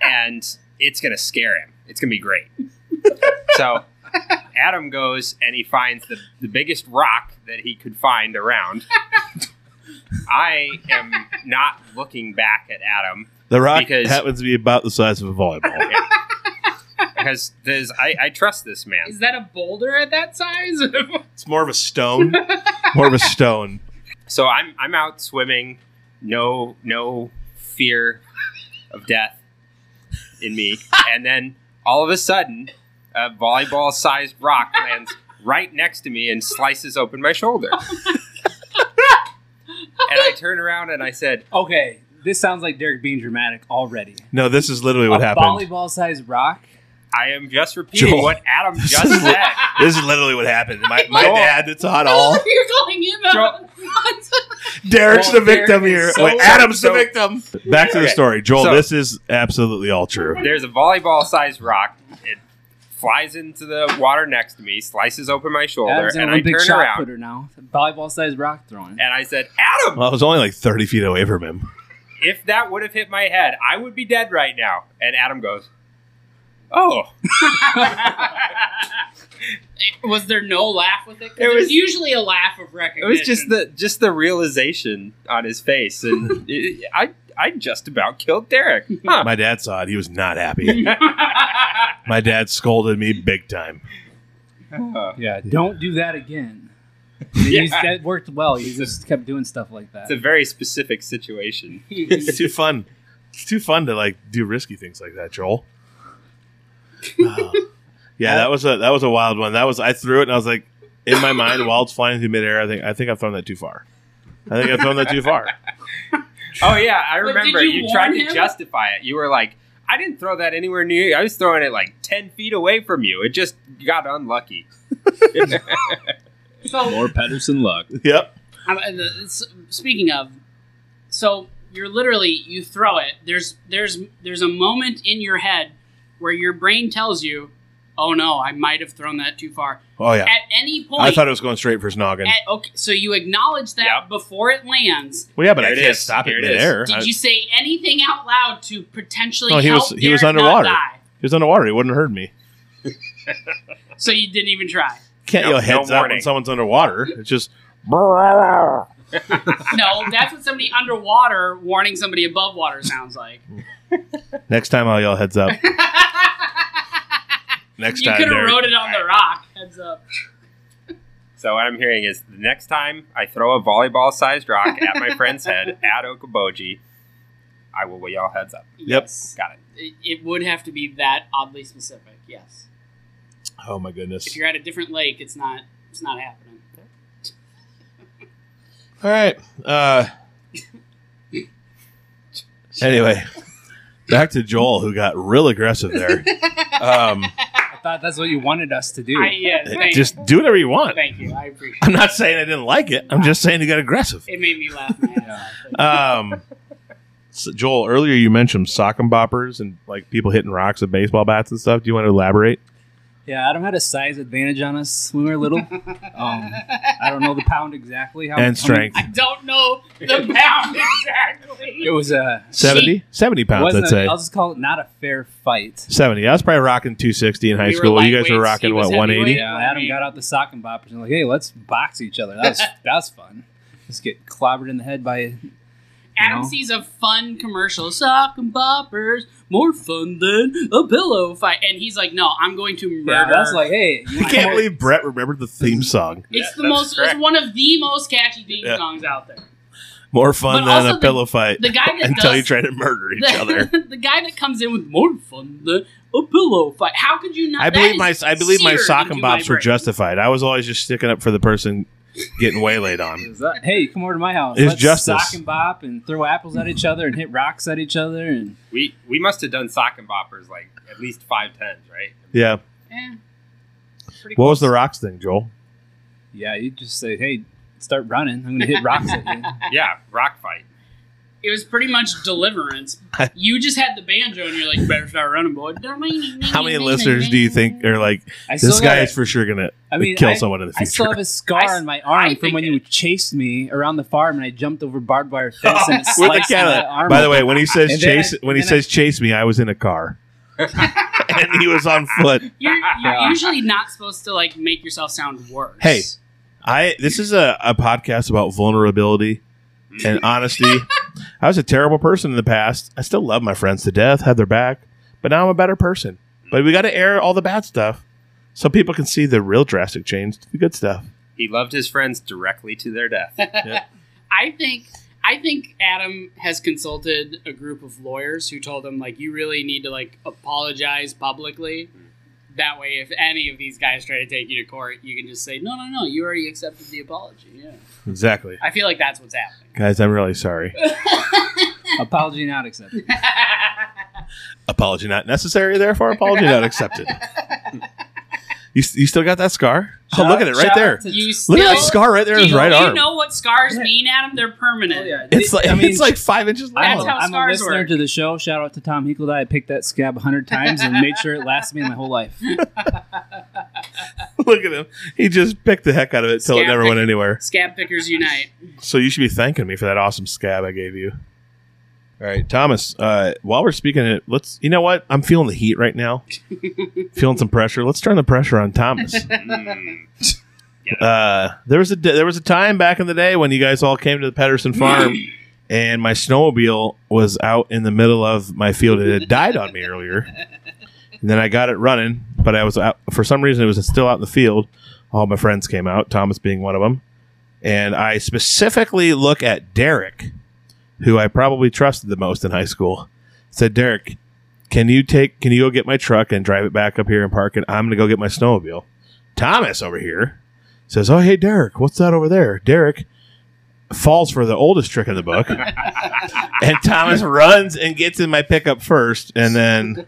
[SPEAKER 6] and it's going to scare him. It's going to be great. So Adam goes and he finds the, the biggest rock that he could find around. I am not looking back at Adam.
[SPEAKER 2] The rock
[SPEAKER 6] Because-
[SPEAKER 2] happens to be about the size of a volleyball.
[SPEAKER 6] because there's I, I trust this man.
[SPEAKER 3] Is that a boulder at that size?
[SPEAKER 2] It's more of a stone. more of a stone.
[SPEAKER 6] So I'm I'm out swimming, no no fear of death in me. And then all of a sudden, a volleyball-sized rock lands right next to me and slices open my shoulder. and I turn around and I said,
[SPEAKER 4] okay, this sounds like Derek being dramatic already.
[SPEAKER 2] No, this is literally what
[SPEAKER 4] a
[SPEAKER 2] happened.
[SPEAKER 4] Volleyball-sized rock.
[SPEAKER 6] "I am just repeating
[SPEAKER 2] Joel.
[SPEAKER 6] what Adam just said."
[SPEAKER 2] this is literally what happened. My, my
[SPEAKER 6] Joel.
[SPEAKER 2] dad, it's not all.
[SPEAKER 3] You're calling him out.
[SPEAKER 2] Derek's the
[SPEAKER 4] Joel, Derek
[SPEAKER 2] victim
[SPEAKER 4] is
[SPEAKER 2] here.
[SPEAKER 4] so-
[SPEAKER 2] Wait, Adam's
[SPEAKER 6] so-
[SPEAKER 2] the victim. Back to the
[SPEAKER 6] Okay.
[SPEAKER 2] story, Joel.
[SPEAKER 6] So-
[SPEAKER 2] this is absolutely all true.
[SPEAKER 6] There's a volleyball-sized rock. It flies into the water next to me, slices open my shoulder,
[SPEAKER 4] Adam's an
[SPEAKER 6] and I
[SPEAKER 4] Olympic
[SPEAKER 6] turn
[SPEAKER 4] shot
[SPEAKER 6] around.
[SPEAKER 4] putter now. Volleyball-sized rock throwing.
[SPEAKER 6] And I said, Adam,
[SPEAKER 2] Well, I was only like thirty feet away from him.
[SPEAKER 6] if that would have hit my head, I would be dead right now. And Adam goes, Oh,
[SPEAKER 3] Was there no laugh with it? 'Cause There's
[SPEAKER 6] was-
[SPEAKER 3] usually a laugh of
[SPEAKER 6] it
[SPEAKER 3] recognition.
[SPEAKER 6] was just the just the realization on his face, and it, I I just about killed Derek. Huh.
[SPEAKER 2] My dad saw it. He was not happy. my dad scolded me big time.
[SPEAKER 4] yeah, don't do that again. He's, that worked well. He just kept doing stuff like that.
[SPEAKER 6] It's a very specific situation.
[SPEAKER 2] It's too fun. It's too fun to like do risky things like that, Joel. Wow. yeah, that was a that was a wild one. That was I threw it and I was like, in my mind, while it's flying through midair, I think I think I've thrown that too far. I think I've thrown that too far.
[SPEAKER 6] Oh yeah, I
[SPEAKER 3] But did
[SPEAKER 6] remember
[SPEAKER 3] you
[SPEAKER 6] you, tried
[SPEAKER 3] warn
[SPEAKER 6] to
[SPEAKER 3] him?
[SPEAKER 6] justify it. You were like, I didn't throw that anywhere near you. I was throwing it like ten feet away from you. It just got unlucky.
[SPEAKER 3] So
[SPEAKER 5] More Pedersen luck.
[SPEAKER 2] Yep.
[SPEAKER 3] I'm- uh, the- s- speaking of, so you're literally you throw it. There's there's there's a moment in your head where your brain tells you, "Oh no, I might have thrown that too far."
[SPEAKER 2] Oh yeah.
[SPEAKER 3] At any point,
[SPEAKER 2] I thought it was going straight for his noggin.
[SPEAKER 3] at- okay, so you acknowledge that
[SPEAKER 6] Yep.
[SPEAKER 3] before it lands.
[SPEAKER 2] Well, yeah, but
[SPEAKER 6] Here
[SPEAKER 2] I
[SPEAKER 6] it
[SPEAKER 2] can't
[SPEAKER 6] is.
[SPEAKER 2] stop
[SPEAKER 6] Here
[SPEAKER 2] it
[SPEAKER 6] it is.
[SPEAKER 2] midair.
[SPEAKER 3] Did
[SPEAKER 2] I-
[SPEAKER 3] you say anything out loud to potentially
[SPEAKER 2] No, he
[SPEAKER 3] help
[SPEAKER 2] was- he was
[SPEAKER 3] Derek not
[SPEAKER 2] underwater.
[SPEAKER 3] die?
[SPEAKER 2] he was underwater. He wouldn't have heard me.
[SPEAKER 3] So you didn't even try.
[SPEAKER 2] Can't
[SPEAKER 6] No-
[SPEAKER 2] yell
[SPEAKER 6] no
[SPEAKER 2] heads up when
[SPEAKER 6] warning.
[SPEAKER 2] someone's underwater. It's just
[SPEAKER 3] No, that's what somebody underwater warning somebody above water sounds like.
[SPEAKER 2] next time I'll yell heads up. Next
[SPEAKER 3] you
[SPEAKER 2] time,
[SPEAKER 3] could have
[SPEAKER 2] Derek.
[SPEAKER 3] wrote it on the rock. Heads up.
[SPEAKER 6] So what I'm hearing is the next time I throw a volleyball-sized rock at my friend's head at Okaboji, I will yell heads up.
[SPEAKER 2] Yep.
[SPEAKER 3] Yes.
[SPEAKER 6] Got it.
[SPEAKER 3] It, it would have to be that oddly specific. Yes.
[SPEAKER 2] Oh my goodness.
[SPEAKER 3] If you're at a different lake, it's not. It's not happening.
[SPEAKER 2] All right. Uh, anyway, back to Joel, who got real aggressive there. Um,
[SPEAKER 4] I thought that's what you wanted us to do.
[SPEAKER 3] I, yeah. Thank,
[SPEAKER 2] just do whatever you want.
[SPEAKER 3] Thank you. I appreciate.
[SPEAKER 2] I'm not saying I didn't like it. I'm just saying he got aggressive.
[SPEAKER 3] it. It made me laugh. My ass off.
[SPEAKER 2] Um, so Joel, earlier you mentioned sock and boppers and like people hitting rocks with baseball bats and stuff. Do you want to elaborate?
[SPEAKER 3] Um,
[SPEAKER 4] Yeah, Adam had a size advantage on us when we were little. Um, I don't know the pound exactly. How,
[SPEAKER 2] and
[SPEAKER 4] how many-
[SPEAKER 2] strength.
[SPEAKER 3] I don't know the pound exactly.
[SPEAKER 4] it was a.
[SPEAKER 2] 70? 70
[SPEAKER 4] It
[SPEAKER 2] pounds,
[SPEAKER 4] wasn't
[SPEAKER 2] I'd
[SPEAKER 4] a-
[SPEAKER 2] say.
[SPEAKER 4] I'll just call it not a fair fight.
[SPEAKER 2] 70. I was probably rocking 260 in high
[SPEAKER 3] We were
[SPEAKER 2] school. You guys were
[SPEAKER 3] lightweights,
[SPEAKER 2] rocking,
[SPEAKER 3] he
[SPEAKER 2] what,
[SPEAKER 3] was
[SPEAKER 2] 180?
[SPEAKER 3] heavyweight.
[SPEAKER 4] Yeah, Adam got out the sock and boppers and like, hey, let's box each other. That was that was fun. Just get clobbered in the head by
[SPEAKER 3] Adam
[SPEAKER 4] No.
[SPEAKER 3] sees a fun commercial, sock and boppers, more fun than a pillow fight, and he's like, "No, I'm going to
[SPEAKER 4] yeah,
[SPEAKER 3] murder."
[SPEAKER 4] that's like, hey, you
[SPEAKER 2] I
[SPEAKER 4] wanna
[SPEAKER 2] can't
[SPEAKER 4] come-
[SPEAKER 2] believe Brett remembered the theme song.
[SPEAKER 3] it's the
[SPEAKER 6] that's
[SPEAKER 3] most.
[SPEAKER 6] correct.
[SPEAKER 3] It's one of the most catchy theme
[SPEAKER 2] Yeah.
[SPEAKER 3] songs out there.
[SPEAKER 2] More fun
[SPEAKER 3] But
[SPEAKER 2] than
[SPEAKER 3] also
[SPEAKER 2] a
[SPEAKER 3] the-
[SPEAKER 2] pillow fight
[SPEAKER 3] The guy that
[SPEAKER 2] until
[SPEAKER 3] does,
[SPEAKER 2] you try to murder each
[SPEAKER 3] the,
[SPEAKER 2] other.
[SPEAKER 3] the guy that comes in with more fun than a pillow fight. How could you not?
[SPEAKER 2] I
[SPEAKER 3] that
[SPEAKER 2] believe
[SPEAKER 3] is
[SPEAKER 2] my I believe my
[SPEAKER 3] seared
[SPEAKER 2] sock and
[SPEAKER 3] into my
[SPEAKER 2] bops were
[SPEAKER 3] brain.
[SPEAKER 2] justified. I was always just sticking up for the person getting waylaid on.
[SPEAKER 4] Is that- hey, come over to my house.
[SPEAKER 2] It's
[SPEAKER 4] Let's
[SPEAKER 2] justice.
[SPEAKER 4] Sock and bop and throw apples at each other and hit rocks at each other and
[SPEAKER 6] We we must have done sock and boppers like at least five times, right?
[SPEAKER 2] Yeah.
[SPEAKER 3] Eh, pretty
[SPEAKER 2] What was
[SPEAKER 3] close.
[SPEAKER 2] the rocks thing, Joel?
[SPEAKER 4] yeah, you just say, hey, start running. I'm gonna hit rocks at you.
[SPEAKER 6] Yeah, rock fight.
[SPEAKER 3] It was pretty much deliverance. you just had the banjo, and you're like, "Better start running, boy."
[SPEAKER 2] How many listeners do you think are like
[SPEAKER 4] I
[SPEAKER 2] this
[SPEAKER 4] still got
[SPEAKER 2] guy
[SPEAKER 4] it.
[SPEAKER 2] is for sure gonna
[SPEAKER 4] I mean,
[SPEAKER 2] kill
[SPEAKER 4] I-
[SPEAKER 2] someone in the
[SPEAKER 4] I still
[SPEAKER 2] future?
[SPEAKER 4] have a scar
[SPEAKER 3] I-
[SPEAKER 4] on my arm
[SPEAKER 3] I
[SPEAKER 4] from when
[SPEAKER 3] think
[SPEAKER 4] you chased me around the farm and I jumped over barbed wire fence and it
[SPEAKER 2] With the
[SPEAKER 4] sliced my
[SPEAKER 2] cat.
[SPEAKER 4] arm.
[SPEAKER 2] By the way, when he says
[SPEAKER 4] And then I-
[SPEAKER 2] chase when he
[SPEAKER 4] then I-
[SPEAKER 2] says chase me, I was in a car. and he was on foot.
[SPEAKER 3] You're, you're
[SPEAKER 4] Yeah.
[SPEAKER 3] usually not supposed to like make yourself sound worse.
[SPEAKER 2] Hey. I this is a, a podcast about vulnerability and honesty. I was a terrible person in the past. I still love my friends to death, had their back, but now I'm a better person. But we got to air all the bad stuff so people can see the real drastic change to the good stuff.
[SPEAKER 6] He loved his friends directly to their death.
[SPEAKER 3] I think I think Adam has consulted a group of lawyers who told him like you really need to like apologize publicly. That way, if any of these guys try to take you to court, you can just say no, no, no. You already accepted the apology. Yeah,
[SPEAKER 2] Exactly.
[SPEAKER 3] I feel like that's what's happening.
[SPEAKER 2] Guys, I'm really sorry.
[SPEAKER 4] apology not accepted.
[SPEAKER 2] Apology not necessary, therefore apology not accepted. You, you still got that scar? Oh, look at it right
[SPEAKER 4] Shout
[SPEAKER 2] there.
[SPEAKER 4] out to-
[SPEAKER 3] you still
[SPEAKER 2] Look at that scar right there
[SPEAKER 3] do
[SPEAKER 2] in his
[SPEAKER 3] you,
[SPEAKER 2] right
[SPEAKER 3] do you
[SPEAKER 2] arm.
[SPEAKER 3] know what scars mean, Adam? They're
[SPEAKER 4] Oh,
[SPEAKER 3] permanent.
[SPEAKER 4] yeah.
[SPEAKER 2] It's like
[SPEAKER 4] I mean,
[SPEAKER 2] it's like five inches long.
[SPEAKER 3] That's how
[SPEAKER 4] I'm a
[SPEAKER 3] scars
[SPEAKER 4] listener
[SPEAKER 3] work.
[SPEAKER 4] to the show. Shout out to Tom Hinkledye. I picked that scab a hundred times and made sure it lasts me my whole life.
[SPEAKER 2] Look at him. He just picked the heck out of it till it
[SPEAKER 3] Scab
[SPEAKER 2] never went
[SPEAKER 3] picker.
[SPEAKER 2] anywhere.
[SPEAKER 3] Scab pickers unite.
[SPEAKER 2] So you should be thanking me for that awesome scab I gave you. All right, Thomas. Uh, while we're speaking, it let's. You know what? I'm feeling the heat right now. feeling some pressure. Let's turn the pressure on Thomas.
[SPEAKER 6] Mm.
[SPEAKER 2] Uh, there was a d- there was a time back in the day when you guys all came to the Pedersen farm, and my snowmobile was out in the middle of my field. It had died on me earlier, and then I got it running. But I was out for some reason. It was still out in the field. All my friends came out, Thomas being one of them, and I specifically look at Derek, who I probably trusted the most in high school. Said Derek, "Can you take? Can you go get my truck and drive it back up here and park it? I'm gonna go get my snowmobile." Thomas over here says, "Oh, hey, Derek, what's that over there?" Derek falls for the oldest trick in the book, and Thomas runs and gets in my pickup first, and then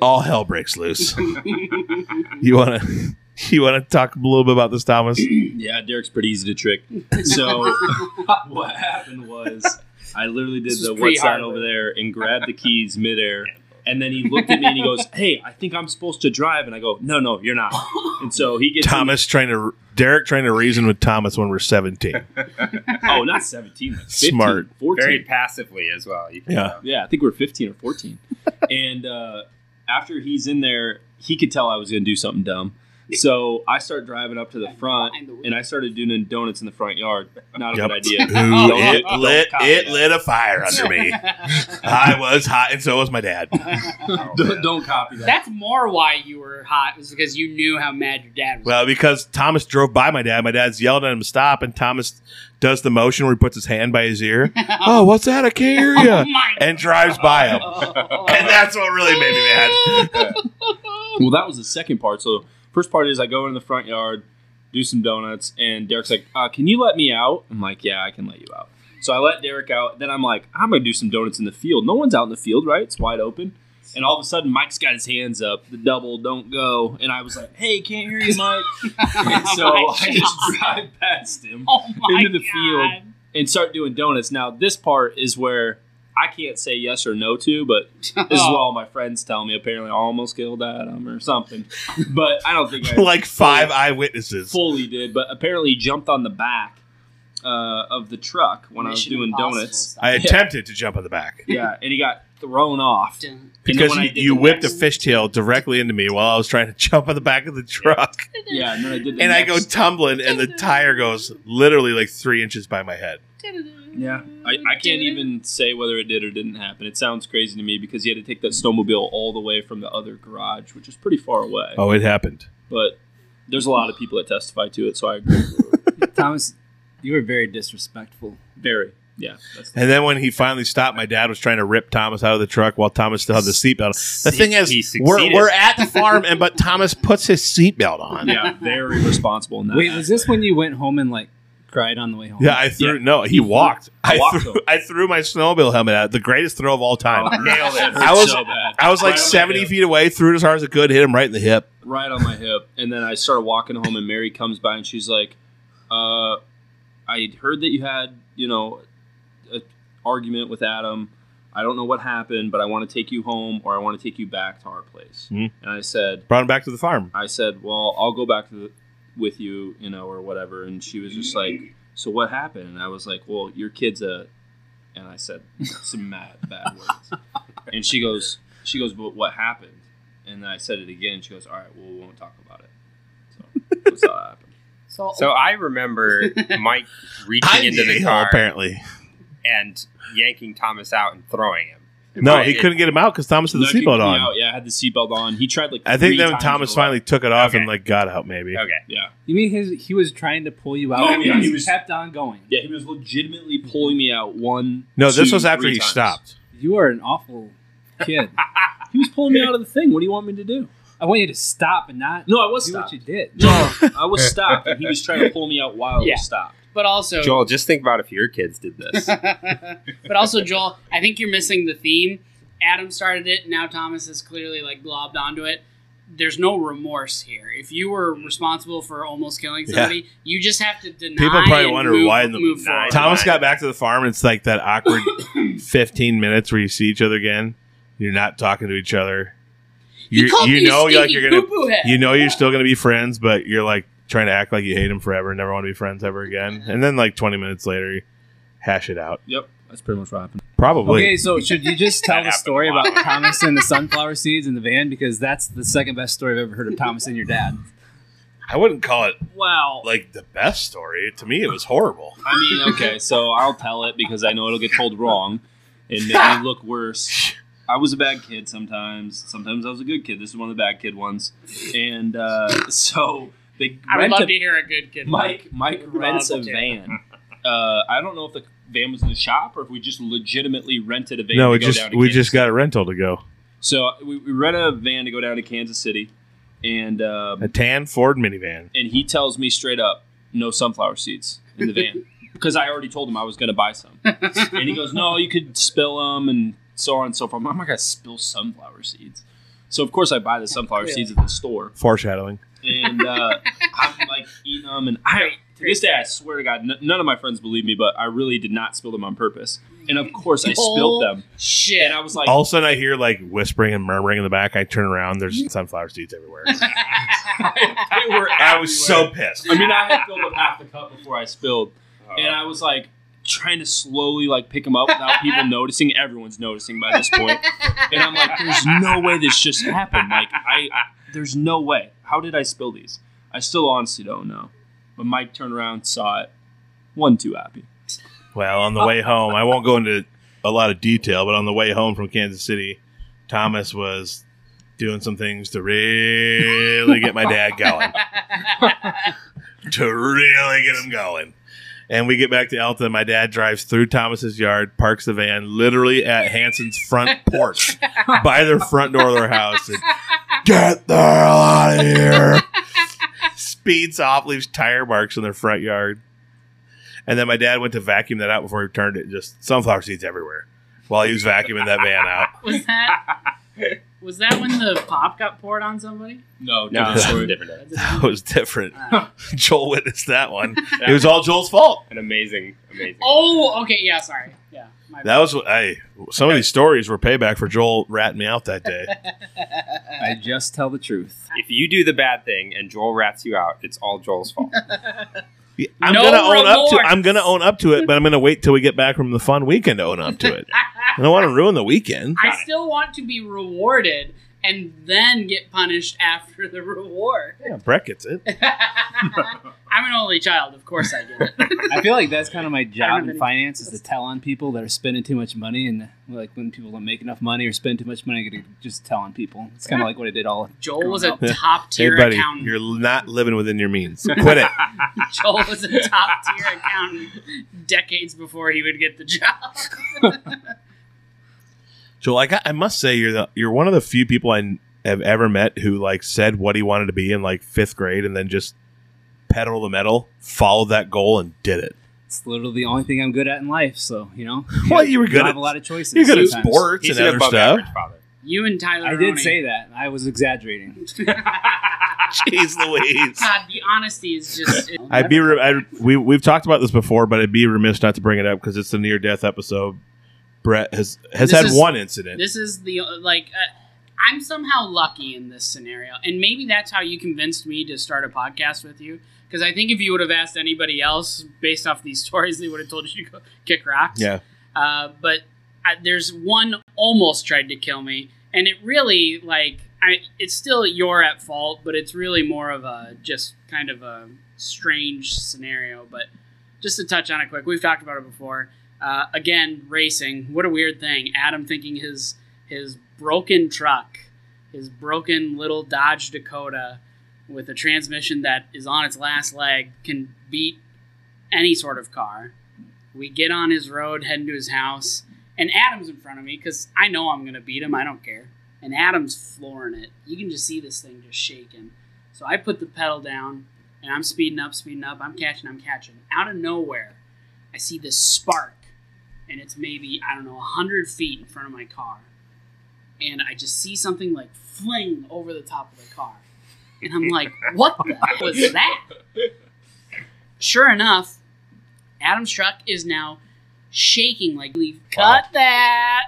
[SPEAKER 2] all hell breaks loose. you want to? You want to talk a little bit about this, Thomas?
[SPEAKER 5] Yeah, Derek's pretty easy to trick. So what happened was I literally did
[SPEAKER 3] This
[SPEAKER 5] the
[SPEAKER 3] was
[SPEAKER 5] what's that
[SPEAKER 3] pre-Harvard.
[SPEAKER 5] over there and grabbed the keys midair. And then he looked at me and he goes, Hey, I think I'm supposed to drive. And I go, No, no, you're not. And so he gets in-
[SPEAKER 2] Thomas trying to Derek trying to reason with Thomas when we're seventeen.
[SPEAKER 5] oh, not 17. Like 15,
[SPEAKER 2] Smart.
[SPEAKER 5] 14.
[SPEAKER 6] Very passively as well. You can
[SPEAKER 2] Yeah.
[SPEAKER 6] tell.
[SPEAKER 5] Yeah, I think we're 15 or 14. and uh, after he's in there, he could tell I was going to do something dumb. So I start driving up to the front,
[SPEAKER 3] Behind the wheel.
[SPEAKER 5] and I started doing donuts in the front yard. Not a
[SPEAKER 2] Yep.
[SPEAKER 5] good idea.
[SPEAKER 2] Ooh,
[SPEAKER 5] Don't-
[SPEAKER 2] it
[SPEAKER 5] don't
[SPEAKER 2] lit
[SPEAKER 5] Oh, copy
[SPEAKER 2] it
[SPEAKER 5] that.
[SPEAKER 2] lit a fire under me. I was hot, and so was my dad.
[SPEAKER 6] Oh,
[SPEAKER 5] Don't,
[SPEAKER 6] man.
[SPEAKER 5] don't copy that.
[SPEAKER 3] That's more why you were hot was because you knew how mad your dad was.
[SPEAKER 2] Well, because Thomas drove by my dad, my dad's yelled at him to stop, and Thomas does the motion where he puts his hand by his ear. oh, what's that? I can't hear
[SPEAKER 3] oh
[SPEAKER 2] you.
[SPEAKER 3] my
[SPEAKER 2] And drives by him. And that's what really made me mad.
[SPEAKER 5] Well, that was the second part. So first part is I go in the front yard, do some donuts, and Derek's like, uh, "Can you let me out?" I'm like, "Yeah, I can let you out." So I let Derek out. Then I'm like, "I'm gonna do some donuts in the field. No one's out in the field, right? It's wide open." And all of a sudden, Mike's got his hands up. The double, don't go. And I was like, "Hey, can't hear you, Mike." and so
[SPEAKER 3] Oh my
[SPEAKER 5] I just
[SPEAKER 3] God.
[SPEAKER 5] drive past him
[SPEAKER 3] oh my
[SPEAKER 5] into the
[SPEAKER 3] God.
[SPEAKER 5] field. and start doing donuts. Now, this part is where I can't say yes or no to, but this
[SPEAKER 3] Oh.
[SPEAKER 5] is what all my friends tell me. Apparently, I almost killed Adam or something, but I don't think I
[SPEAKER 2] like five eyewitnesses.
[SPEAKER 5] fully did. But apparently, he jumped on the back uh, of the truck when I was
[SPEAKER 3] Mission
[SPEAKER 5] doing
[SPEAKER 3] Impossible
[SPEAKER 5] donuts.
[SPEAKER 3] stuff.
[SPEAKER 2] I attempted to jump on the back
[SPEAKER 5] Yeah, and he got thrown off And
[SPEAKER 3] Dun,
[SPEAKER 5] then
[SPEAKER 2] because
[SPEAKER 5] when I
[SPEAKER 2] you,
[SPEAKER 5] did
[SPEAKER 2] you
[SPEAKER 5] the
[SPEAKER 2] whipped a
[SPEAKER 5] next-
[SPEAKER 2] fishtail directly into me while I was trying to jump on the back of the truck.
[SPEAKER 5] Yeah, and then I did. The
[SPEAKER 2] And I go
[SPEAKER 5] next-
[SPEAKER 2] tumbling, and the tire goes literally like three inches by my head.
[SPEAKER 5] Yeah, I, I can't even say whether it did or didn't happen. It sounds crazy to me because he had to take that snowmobile all the way from the other garage, which is pretty far away.
[SPEAKER 2] Oh, it happened.
[SPEAKER 5] but there's a lot of people that testify to it, so I agree.
[SPEAKER 4] Thomas, you were very disrespectful.
[SPEAKER 5] Very, yeah. That's
[SPEAKER 2] And then when he finally stopped, my dad was trying to rip Thomas out of the truck while Thomas still had the seatbelt. on. The thing
[SPEAKER 6] He
[SPEAKER 2] is,
[SPEAKER 6] succeeded.
[SPEAKER 2] we're, we're at the farm, and but Thomas puts his seatbelt on.
[SPEAKER 5] yeah, very responsible in that.
[SPEAKER 4] Wait, was this when you went home and like cried on the way home?
[SPEAKER 2] Yeah, I threw. No, he walked. I,
[SPEAKER 5] I walked
[SPEAKER 2] threw,
[SPEAKER 5] him. Uh-huh.
[SPEAKER 2] I threw my snowmobile helmet out. The greatest throw of all time.
[SPEAKER 5] Oh, nailed it.
[SPEAKER 2] I was-
[SPEAKER 5] so bad.
[SPEAKER 2] I was like
[SPEAKER 5] Right on my
[SPEAKER 2] seventy
[SPEAKER 5] hip.
[SPEAKER 2] feet away, threw it as hard as it could, hit him right in the hip.
[SPEAKER 5] right on my hip, and then I started walking home, and Mary comes by, and she's like, "Uh, I heard that you had, you know, an argument with Adam. I don't know what happened, but I want to take you home, or I want to take you back to our place."
[SPEAKER 4] Hmm.
[SPEAKER 2] Mhm.
[SPEAKER 5] And I said,
[SPEAKER 2] Brought him back to the farm.
[SPEAKER 5] I said, "Well, I'll go back to the, with you, you know, or whatever." And she was just like, "So what happened?" And I was like, "Well, your kid's a," and I said some mad bad words. And she goes, "She goes, but what happened?" And I said it again. She goes, "All right, well, we won't talk about it." So that's how that happened.
[SPEAKER 3] So,
[SPEAKER 6] So I remember Mike reaching
[SPEAKER 2] I
[SPEAKER 6] into the
[SPEAKER 2] needed
[SPEAKER 6] car
[SPEAKER 2] help, apparently.
[SPEAKER 6] and yanking Thomas out and throwing him.
[SPEAKER 2] No,
[SPEAKER 6] Right,
[SPEAKER 2] he
[SPEAKER 6] it-
[SPEAKER 2] couldn't get him out because Thomas had the
[SPEAKER 5] No, it kicked
[SPEAKER 2] seatbelt
[SPEAKER 5] me
[SPEAKER 2] on.
[SPEAKER 5] out. Yeah, I had the seatbelt on. He tried like.
[SPEAKER 2] I think
[SPEAKER 5] three
[SPEAKER 2] then
[SPEAKER 5] times
[SPEAKER 2] Thomas
[SPEAKER 5] in a row.
[SPEAKER 2] finally took it off and
[SPEAKER 6] Okay.
[SPEAKER 2] like got out. Maybe
[SPEAKER 6] Okay.
[SPEAKER 5] Yeah,
[SPEAKER 4] You mean his, he was trying to pull you out?
[SPEAKER 5] Oh, yeah,
[SPEAKER 4] and
[SPEAKER 5] he
[SPEAKER 4] he
[SPEAKER 5] was-
[SPEAKER 4] kept on going.
[SPEAKER 5] yeah. He was legitimately pulling me out one.
[SPEAKER 2] no, this
[SPEAKER 5] two,
[SPEAKER 2] was after
[SPEAKER 5] three
[SPEAKER 2] he
[SPEAKER 5] times.
[SPEAKER 2] stopped.
[SPEAKER 4] You are an awful kid.
[SPEAKER 5] He was pulling me out of the thing. What do you want me to do?
[SPEAKER 4] I want you to stop and not
[SPEAKER 5] No, I was
[SPEAKER 4] do
[SPEAKER 5] stopped.
[SPEAKER 4] what you did.
[SPEAKER 5] No, I was stopped, and he was trying to pull me out while I
[SPEAKER 3] Yeah.
[SPEAKER 5] was stopped.
[SPEAKER 3] but also,
[SPEAKER 6] Joel, just think about if your kids did this.
[SPEAKER 3] but also, Joel, I think you're missing the theme. Adam started it. Now Thomas has clearly like globbed onto it. There's no remorse here. If you were responsible for almost killing
[SPEAKER 2] Yeah.
[SPEAKER 3] somebody, you just have to deny.
[SPEAKER 2] People probably
[SPEAKER 3] and
[SPEAKER 2] wonder
[SPEAKER 3] move,
[SPEAKER 2] why in the-
[SPEAKER 3] move forward.
[SPEAKER 2] Thomas
[SPEAKER 6] Right.
[SPEAKER 2] got back to the farm, and it's like that awkward 15 minutes where you see each other again. You're not talking to each other.
[SPEAKER 3] He
[SPEAKER 2] You're,
[SPEAKER 3] called
[SPEAKER 2] you
[SPEAKER 3] me a
[SPEAKER 2] know, you're like
[SPEAKER 3] stinky
[SPEAKER 2] you're gonna,
[SPEAKER 3] poo-poo head.
[SPEAKER 2] you know, you're still gonna be friends, but you're like trying to act like you hate him forever and never want to be friends ever again. And then like 20 minutes later, you hash it out.
[SPEAKER 5] Yep, that's pretty much what happened.
[SPEAKER 2] Probably.
[SPEAKER 4] Okay, so should you just tell the
[SPEAKER 6] happened
[SPEAKER 4] story
[SPEAKER 6] a lot.
[SPEAKER 4] about Thomas and the sunflower seeds in the van? Because that's the second best story I've ever heard of Thomas and your dad.
[SPEAKER 2] I wouldn't call it
[SPEAKER 5] Wow.
[SPEAKER 2] like the best story. To me, it was horrible.
[SPEAKER 5] I mean, okay, so I'll tell it because I know it'll get told wrong and make me look worse. I was a bad kid sometimes. Sometimes I was a good kid. This is one of the bad kid ones. And uh, so they
[SPEAKER 3] I would
[SPEAKER 5] rent
[SPEAKER 3] love
[SPEAKER 5] a
[SPEAKER 3] to hear a good kid.
[SPEAKER 5] Mike Mike
[SPEAKER 3] Rob
[SPEAKER 5] rents a
[SPEAKER 3] too.
[SPEAKER 5] van. Uh, I don't know if the van was in the shop or if we just legitimately rented a van.
[SPEAKER 2] no,
[SPEAKER 5] to
[SPEAKER 2] we
[SPEAKER 5] go down
[SPEAKER 2] just
[SPEAKER 5] to
[SPEAKER 2] we
[SPEAKER 5] Kansas
[SPEAKER 2] just got a rental to go.
[SPEAKER 5] So we, we rent a van to go down to Kansas City, and um,
[SPEAKER 2] A tan Ford minivan.
[SPEAKER 5] and he tells me straight up, no sunflower seeds in the van because I already told him I was going to buy some, and he goes, no, you could spill them and so on and so forth. I'm not going to spill sunflower seeds. So of course I buy the sunflower
[SPEAKER 3] Yeah.
[SPEAKER 5] seeds at the store,
[SPEAKER 2] Foreshadowing.
[SPEAKER 5] and uh, I'm like eating them. And I, to this day, I swear to God, n- none of my friends believe me, but I really did not spill them on purpose. And of course, I spilled them.
[SPEAKER 3] Shit.
[SPEAKER 5] And I was like,
[SPEAKER 2] All of a sudden, I hear like whispering and murmuring in the back. I turn around. There's sunflower seeds everywhere.
[SPEAKER 5] they were.
[SPEAKER 2] I was
[SPEAKER 5] everywhere.
[SPEAKER 2] so pissed.
[SPEAKER 5] I mean, I had filled up half the cup before I spilled,
[SPEAKER 2] Oh.
[SPEAKER 5] and I was like trying to slowly like pick them up without people noticing. Everyone's noticing by this point, and I'm like, "There's no way this just happened. Like, I, I there's no way. How did I spill these? I still honestly don't know." But Mike turned around, saw it, one too happy.
[SPEAKER 2] Well, on the way home, I won't go into a lot of detail, but on the way home from Kansas City, Thomas was doing some things to really get my dad going, to really get him going. And we get back to Elton. My dad drives through Thomas's yard, parks the van literally at Hanson's front porch by their front door of their house. And, get the hell out of here. Speeds off, leaves tire marks in their front yard. And then my dad went to vacuum that out before he turned it. Just sunflower seeds everywhere while he was vacuuming that van out.
[SPEAKER 3] was that was that when the pop got poured on somebody?
[SPEAKER 5] No,
[SPEAKER 6] No,
[SPEAKER 5] different
[SPEAKER 6] that's
[SPEAKER 5] story.
[SPEAKER 6] a different.
[SPEAKER 3] That
[SPEAKER 2] That
[SPEAKER 3] didn't-
[SPEAKER 2] was different.
[SPEAKER 3] Uh,
[SPEAKER 2] Joel witnessed that one. It was all Joel's fault.
[SPEAKER 6] An amazing, amazing.
[SPEAKER 3] oh, okay. Yeah, sorry. Yeah. My
[SPEAKER 2] That was hey. Some of these stories were payback for Joel ratting me out that day.
[SPEAKER 4] I just tell the truth.
[SPEAKER 6] If you do the bad thing and Joel rats you out, it's all Joel's fault.
[SPEAKER 2] I'm
[SPEAKER 3] No
[SPEAKER 2] gonna own up to.
[SPEAKER 3] remorse.
[SPEAKER 2] I'm gonna own up to it, but I'm gonna wait till we get back from the fun weekend to own up to it. Oh, I don't want to ruin the weekend.
[SPEAKER 3] I still want to be rewarded and then get punished after the reward.
[SPEAKER 2] Yeah, Brett gets it.
[SPEAKER 3] I'm an only child, of course I get it.
[SPEAKER 4] I feel like that's kind of my job
[SPEAKER 3] Everybody-
[SPEAKER 4] in finance is to tell on people that are spending too much money, and like when people don't make enough money or spend too much money, I gotta just tell on people. It's kind of like what I did all.
[SPEAKER 3] Joel was a
[SPEAKER 2] Yeah.
[SPEAKER 3] top
[SPEAKER 2] Hey,
[SPEAKER 3] tier
[SPEAKER 2] buddy,
[SPEAKER 3] accountant.
[SPEAKER 2] you're not living within your means. Quit it.
[SPEAKER 3] Joel was a top tier accountant decades before he would get the job.
[SPEAKER 2] Joel, I got, I must say you're the you're one of the few people I n- have ever met who like said what he wanted to be in like fifth grade and then just pedal the metal, followed that goal and did it.
[SPEAKER 4] It's literally the only thing I'm good at in life. So you know,
[SPEAKER 2] Well, you were good
[SPEAKER 4] I
[SPEAKER 2] at
[SPEAKER 4] have a lot of choices.
[SPEAKER 2] you're good at
[SPEAKER 4] sometimes.
[SPEAKER 2] sports
[SPEAKER 6] He's
[SPEAKER 2] and
[SPEAKER 6] an
[SPEAKER 2] other
[SPEAKER 6] above
[SPEAKER 2] stuff.
[SPEAKER 6] average father.
[SPEAKER 3] You and Tyler.
[SPEAKER 4] I
[SPEAKER 3] Roney.
[SPEAKER 4] did say that. I was exaggerating.
[SPEAKER 2] Jeez Louise.
[SPEAKER 3] God, the honesty is just.
[SPEAKER 2] I'd be re- I'd, we we've talked about this before, but I'd be remiss not to bring it up because it's a near death episode. Brett has has
[SPEAKER 3] This
[SPEAKER 2] had
[SPEAKER 3] is-
[SPEAKER 2] one incident.
[SPEAKER 3] This is the uh, like. Uh, I'm somehow lucky in this scenario, and maybe that's how you convinced me to start a podcast with you. Because I think if you would have asked anybody else based off these stories, they would have told you to go kick rocks.
[SPEAKER 2] yeah,
[SPEAKER 3] Uh, but I, there's one almost tried to kill me, and it really like I. It's still you're at fault, but it's really more of a just kind of a strange scenario. But just to touch on it quick, we've talked about it before. Uh, again, racing. What a weird thing. Adam thinking his his broken truck, his broken little Dodge Dakota, with a transmission that is on its last leg, can beat any sort of car. We get on his road, heading to his house, and Adam's in front of me because I know I'm gonna beat him. I don't care. And Adam's flooring it. You can just see this thing just shaking. So I put the pedal down, and I'm speeding up, speeding up. I'm catching, I'm catching. Out of nowhere, I see this spark, and it's maybe I don't know hundred feet in front of my car, and I just see something like fling over the top of the car, and I'm like, "What the hell was that?" Sure enough, Adam's truck is now shaking like we cut that.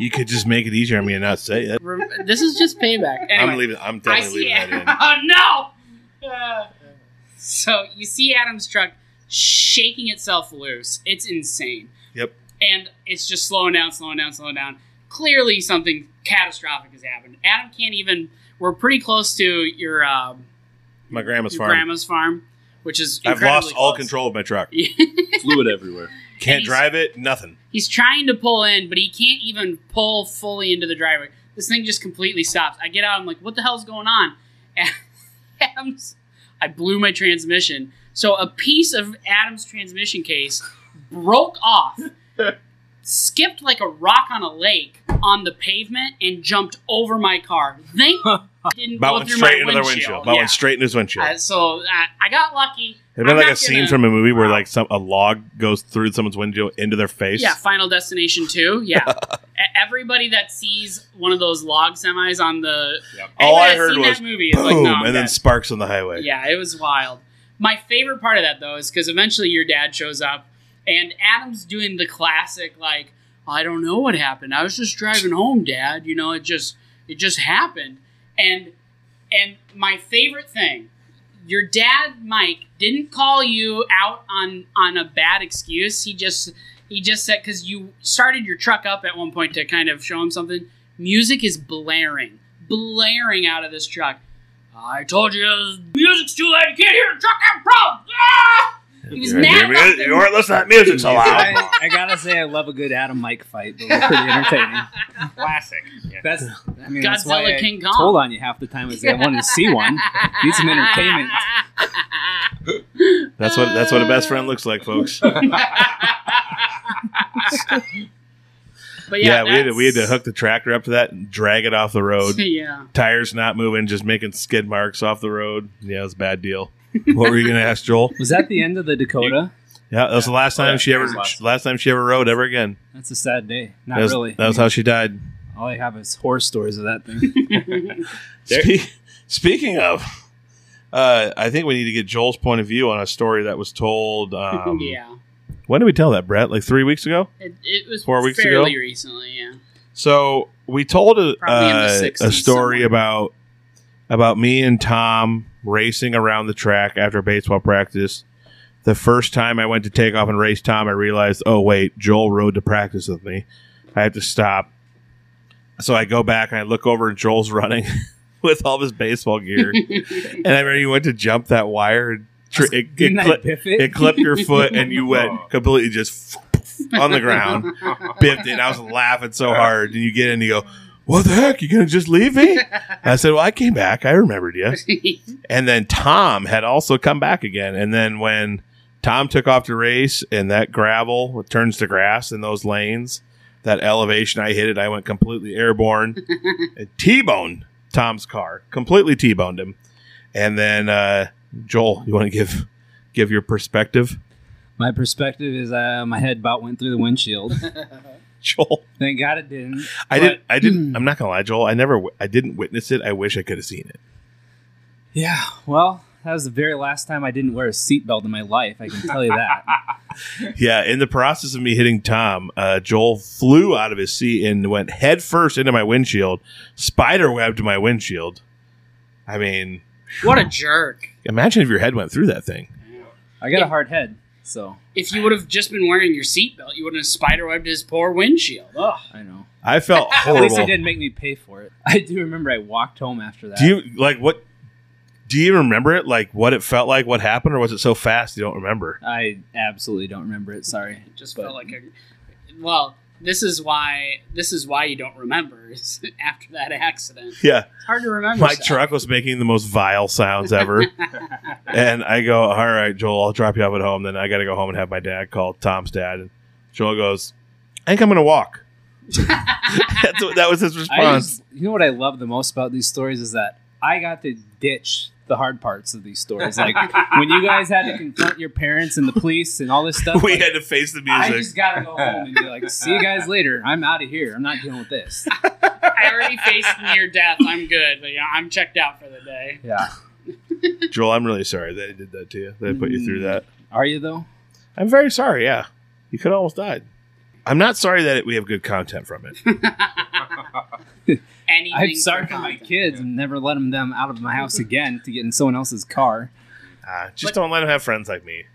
[SPEAKER 2] you could just make it easier on me and not say it.
[SPEAKER 3] Re- this is just payback. Anyway,
[SPEAKER 2] I'm leaving. I'm
[SPEAKER 3] I
[SPEAKER 2] definitely
[SPEAKER 3] see
[SPEAKER 2] leaving that in.
[SPEAKER 3] oh no! Uh, so you see Adam's truck shaking itself loose. It's insane.
[SPEAKER 2] Yep.
[SPEAKER 3] And it's just slowing down, slowing down, slowing down. Clearly, something catastrophic has happened. Adam can't even. We're pretty close to your um,
[SPEAKER 2] My grandma's
[SPEAKER 3] your
[SPEAKER 2] farm.
[SPEAKER 3] grandma's farm, which is
[SPEAKER 2] I've lost
[SPEAKER 3] incredibly
[SPEAKER 2] all
[SPEAKER 3] close.
[SPEAKER 2] control of my truck.
[SPEAKER 5] Fluid everywhere.
[SPEAKER 2] Can't
[SPEAKER 3] he's-
[SPEAKER 2] drive it. Nothing.
[SPEAKER 3] He's trying to pull in, but he can't even pull fully into the driveway. This thing just completely stops. I get out. I'm like, what the hell's going on? And Adam's, I blew my transmission. So a piece of Adam's transmission case broke off, skipped like a rock on a lake on the pavement, and jumped over my car. Thank didn't
[SPEAKER 2] About
[SPEAKER 3] go
[SPEAKER 2] went
[SPEAKER 3] through my
[SPEAKER 2] straight into
[SPEAKER 3] windshield.
[SPEAKER 2] their windshield. About
[SPEAKER 3] Yeah.
[SPEAKER 2] went straight into his windshield.
[SPEAKER 3] Uh, so I, I got lucky.
[SPEAKER 2] It'd be
[SPEAKER 3] I'm
[SPEAKER 2] like
[SPEAKER 3] not
[SPEAKER 2] a scene
[SPEAKER 3] gonna-
[SPEAKER 2] from a movie where like some a log goes through someone's window into their face.
[SPEAKER 3] Yeah, Final Destination 2. Yeah. e- everybody that sees one of those log semis on the
[SPEAKER 5] Yep.
[SPEAKER 2] All
[SPEAKER 3] Anybody
[SPEAKER 2] I
[SPEAKER 3] that's
[SPEAKER 2] heard
[SPEAKER 3] seen
[SPEAKER 2] was
[SPEAKER 3] that movie is
[SPEAKER 2] Boom,
[SPEAKER 3] like, no, I'm
[SPEAKER 2] and then
[SPEAKER 3] dead.
[SPEAKER 2] sparks on the highway.
[SPEAKER 3] Yeah, it was wild. My favorite part of that though is because eventually your dad shows up, and Adam's doing the classic like, "I don't know what happened. I was just driving home, Dad. You know, it just it just happened." And and my favorite thing, your dad Mike didn't call you out on on a bad excuse. He just he just said because you started your truck up at one point to kind of show him something. Music is blaring, blaring out of this truck. I told you the music's too loud. You can't hear the truck. I'm proud. Ah! He was
[SPEAKER 2] You're-
[SPEAKER 3] mad.
[SPEAKER 2] you're-
[SPEAKER 3] about
[SPEAKER 2] you aren't listening to that music so loud.
[SPEAKER 4] I, I gotta say, I love a good Adam Mike fight, but we're pretty entertaining.
[SPEAKER 6] Classic. Yeah.
[SPEAKER 4] That's, I mean, that's why
[SPEAKER 3] Godzilla
[SPEAKER 4] I
[SPEAKER 3] King Kong.
[SPEAKER 4] told on you half the time is that I wanted to see one. Ah! Need some entertainment.
[SPEAKER 2] That's what that's what a best friend looks like, folks.
[SPEAKER 3] but
[SPEAKER 2] Yeah,
[SPEAKER 3] yeah,
[SPEAKER 2] we had to, we had to
[SPEAKER 3] that's-
[SPEAKER 2] hook the tractor up to that and drag it off the road.
[SPEAKER 3] yeah.
[SPEAKER 2] Tires not moving, just making skid marks off the road. Yeah, it was a bad deal. What were you gonna ask, Joel?
[SPEAKER 4] Was that the end of the Dakota?
[SPEAKER 2] Oh, Yeah, that was the last time
[SPEAKER 5] Yeah,
[SPEAKER 2] she
[SPEAKER 5] that
[SPEAKER 2] ever
[SPEAKER 5] was last.
[SPEAKER 2] last time she ever rode ever again.
[SPEAKER 4] That's a sad day. Not
[SPEAKER 2] that was,
[SPEAKER 4] really.
[SPEAKER 2] That was how she died.
[SPEAKER 4] All I have is horror stories of that thing.
[SPEAKER 5] There-
[SPEAKER 2] Spe- speaking of, uh, I think we need to get Joel's point of view on a story that was told. Um,
[SPEAKER 3] yeah.
[SPEAKER 2] When did we tell that, Brett? Like three weeks ago.
[SPEAKER 3] It, it was
[SPEAKER 2] four weeks
[SPEAKER 3] fairly
[SPEAKER 2] ago?
[SPEAKER 3] recently. Yeah.
[SPEAKER 2] So we told a,
[SPEAKER 3] Probably in the
[SPEAKER 2] uh,
[SPEAKER 3] 60s
[SPEAKER 2] a story
[SPEAKER 3] somewhere.
[SPEAKER 2] about about me and Tom racing around the track after baseball practice. The first time I went to take off and race Tom, I realized, oh wait, Joel rode to practice with me. I have to stop. So I go back and I look over, and Joel's running with all of his baseball gear. and I remember you went to jump that wire, and tr- it, it,
[SPEAKER 4] Didn't I
[SPEAKER 2] cli-
[SPEAKER 4] biff
[SPEAKER 2] it
[SPEAKER 4] it?
[SPEAKER 2] clipped your foot, and you went completely just on the ground biffed it. And I was laughing so hard. And you get in and you go, What the heck? You gonna just leave me? I said, Well, I came back. I remembered you. And then Tom had also come back again. And then when Tom took off to race and that gravel turns to grass in those lanes, that elevation I hit it, I went completely airborne. T boned Tom's car. Completely T boned him. And then uh Joel, you wanna give give your perspective?
[SPEAKER 4] My perspective is uh, my head about went through the windshield.
[SPEAKER 2] Joel.
[SPEAKER 4] Thank God it didn't.
[SPEAKER 2] I
[SPEAKER 4] But- hmm.
[SPEAKER 2] didn't. I didn't. I'm not gonna lie, Joel. I never. wi- I didn't witness it. I wish I could have seen it.
[SPEAKER 4] Yeah. Well, that was the very last time I didn't wear a seatbelt in my life. I can tell you that.
[SPEAKER 2] Yeah. In the process of me hitting Tom, uh, Joel flew out of his seat and went head first into my windshield, spider webbed my windshield. I mean,
[SPEAKER 3] what a jerk.
[SPEAKER 2] imagine if your head went through that thing.
[SPEAKER 4] I got a hard head, so
[SPEAKER 3] If you would have just been wearing your seatbelt, you wouldn't have spiderwebbed his poor windshield. Ugh.
[SPEAKER 4] I know.
[SPEAKER 2] I felt
[SPEAKER 4] At least it
[SPEAKER 2] horrible.
[SPEAKER 4] didn't make me pay for it. I do remember I walked home after that.
[SPEAKER 2] Do you like what? Do you remember it? Like what it felt like? What happened? Or was it so fast you don't remember?
[SPEAKER 4] I absolutely don't remember it. Sorry.
[SPEAKER 3] It just
[SPEAKER 4] But-
[SPEAKER 3] felt like a. Well, this is why this is why you don't remember is after that accident.
[SPEAKER 2] Yeah.
[SPEAKER 3] It's hard to remember.
[SPEAKER 2] my
[SPEAKER 3] stuff.
[SPEAKER 2] truck was making the most vile sounds ever. and I go, all right, Joel, I'll drop you off at home. Then I got to go home and have my dad call Tom's dad. And Joel goes, I think I'm going to walk. That's what, that was his
[SPEAKER 4] I
[SPEAKER 2] response.
[SPEAKER 4] just, you know what I love the most about these stories is that I got to ditch the hard parts of these stories. Like when you guys had to confront your parents and the police and all this stuff.
[SPEAKER 2] we
[SPEAKER 4] like,
[SPEAKER 2] had to face the
[SPEAKER 4] I
[SPEAKER 2] music.
[SPEAKER 4] just gotta go home and be like, "See you guys later. I'm out of here. I'm not dealing with this."
[SPEAKER 3] I already faced near death. I'm good, but you know, I'm checked out for the day.
[SPEAKER 4] Yeah.
[SPEAKER 2] Joel, I'm really sorry that I did that to you, that I put you through that.
[SPEAKER 4] Are you though?
[SPEAKER 2] I'm very sorry. Yeah. You could have almost died. I'm not sorry that it, we have good content from it.
[SPEAKER 3] Anything
[SPEAKER 4] I'm sorry
[SPEAKER 3] for
[SPEAKER 4] for my
[SPEAKER 3] content.
[SPEAKER 4] kids and never letting them out of my house again to get in someone else's car.
[SPEAKER 2] Uh, just don't let him have friends like me.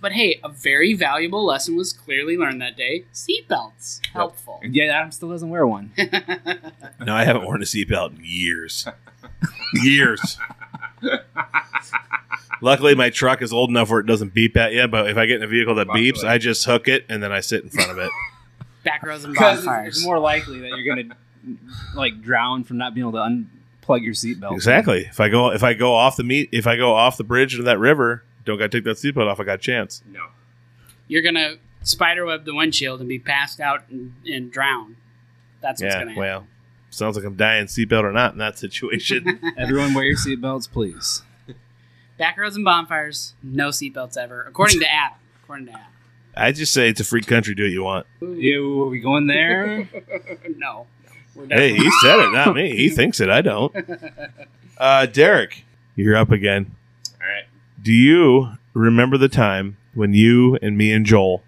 [SPEAKER 3] But hey, a very valuable lesson was clearly learned that day. Seatbelts helpful.
[SPEAKER 4] Yeah, Adam still doesn't wear one.
[SPEAKER 2] No, I haven't worn a seatbelt in years. years. Luckily, my truck is old enough where it doesn't beep at you, but if I get in a vehicle that
[SPEAKER 5] Luckily.
[SPEAKER 2] beeps, I just hook it and then I sit in front of it.
[SPEAKER 3] Back rows and
[SPEAKER 4] Because
[SPEAKER 3] bonfires.
[SPEAKER 4] it's more likely that you're gonna like drown from not being able to unplug your seatbelt.
[SPEAKER 2] exactly. If I go if I go off the meet if I go off the bridge into that river, don't gotta take that seatbelt off, I got a chance.
[SPEAKER 5] No.
[SPEAKER 3] You're gonna spiderweb the windshield and be passed out and, and drown. That's what's
[SPEAKER 2] yeah.
[SPEAKER 3] gonna happen.
[SPEAKER 2] Well. Sounds like I'm dying seatbelt or not in that situation.
[SPEAKER 4] Everyone wear your seatbelts, please.
[SPEAKER 3] Back rows and bonfires, no seatbelts ever, according to Adam. According to Adam.
[SPEAKER 2] I just say it's a free country. Do what you want.
[SPEAKER 4] Ew, are we going there?
[SPEAKER 3] no. We're
[SPEAKER 2] Hey,
[SPEAKER 3] definitely-
[SPEAKER 2] he said it, not me. He thinks it. I don't. Uh, Derek, you're up again.
[SPEAKER 5] All right.
[SPEAKER 2] Do you remember the time when you and me and Joel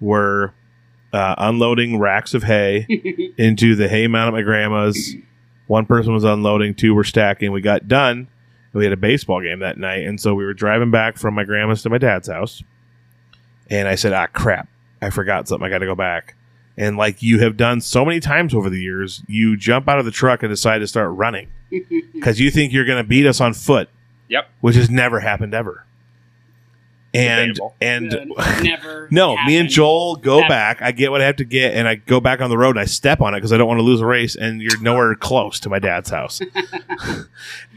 [SPEAKER 2] were uh, unloading racks of hay into the hay mound at my grandma's? One person was unloading, two were stacking. We got done, and we had a baseball game that night. And so we were driving back from my grandma's to my dad's house. And I said, ah, crap. I forgot something. I got to go back. And like you have done so many times over the years, you jump out of the truck and decide to start running because you think you're going to beat us on foot.
[SPEAKER 6] Yep.
[SPEAKER 2] Which has never happened ever. And
[SPEAKER 6] Debatable.
[SPEAKER 2] and
[SPEAKER 3] Uh, never.
[SPEAKER 2] no, me and
[SPEAKER 3] happened.
[SPEAKER 2] Joel go
[SPEAKER 3] Happened.
[SPEAKER 2] back. I get what I have to get, and I go back on the road. and I step on it because I don't want to lose a race. And you're nowhere close to my dad's house.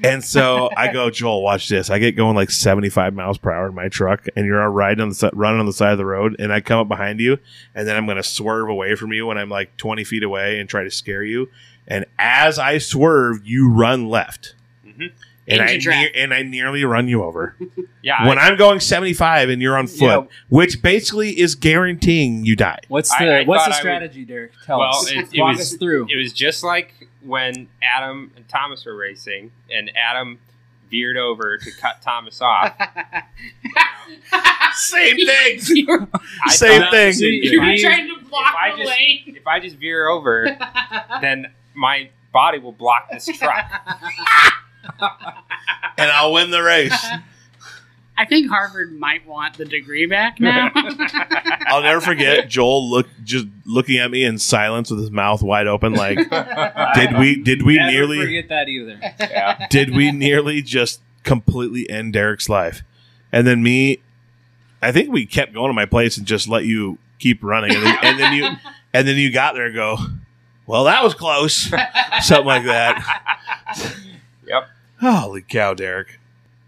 [SPEAKER 2] and so I go, Joel, watch this. I get going like 75 miles per hour in my truck, and you're riding on the si- running on the side of the road, and I come up behind you, and then I'm going to swerve away from you when I'm like 20 feet away and try to scare you. And as I swerve, you run left.
[SPEAKER 3] Mm-hmm.
[SPEAKER 6] Mhm.
[SPEAKER 2] And I,
[SPEAKER 3] Into traffic.
[SPEAKER 2] near and I nearly run you over
[SPEAKER 6] Yeah.
[SPEAKER 2] when I'm going 75 and you're on foot,
[SPEAKER 4] Yeah.
[SPEAKER 2] which basically is guaranteeing you die.
[SPEAKER 4] What's
[SPEAKER 6] I-
[SPEAKER 4] the
[SPEAKER 6] I
[SPEAKER 4] What's
[SPEAKER 6] thought I
[SPEAKER 4] the
[SPEAKER 6] would-
[SPEAKER 4] strategy, Derek? Tell
[SPEAKER 6] Well,
[SPEAKER 4] us.
[SPEAKER 6] it- it
[SPEAKER 4] Walk
[SPEAKER 6] was-
[SPEAKER 4] us through.
[SPEAKER 6] it was just like when Adam and Thomas were racing, and Adam veered over to cut Thomas off.
[SPEAKER 2] Same thing.
[SPEAKER 3] you were,
[SPEAKER 6] I
[SPEAKER 2] Same
[SPEAKER 6] thought-
[SPEAKER 2] thing.
[SPEAKER 3] you were
[SPEAKER 6] I-
[SPEAKER 3] trying to block
[SPEAKER 6] if I
[SPEAKER 3] the
[SPEAKER 6] just-
[SPEAKER 3] lane.
[SPEAKER 6] If I just veer over, then my body will block this truck.
[SPEAKER 2] And I'll win the race.
[SPEAKER 3] I think Harvard might want the degree back now.
[SPEAKER 2] I'll never forget Joel look just looking at me in silence with his mouth wide open like did we did we
[SPEAKER 4] Never
[SPEAKER 2] nearly
[SPEAKER 4] forget that either.
[SPEAKER 6] Yeah.
[SPEAKER 2] did we nearly just completely end Derek's life? And then me I think we kept going to my place and just let you keep running and then, and then you and then you got there and go, "Well, that was close." Something like that.
[SPEAKER 6] Yep.
[SPEAKER 2] Holy cow, Derek.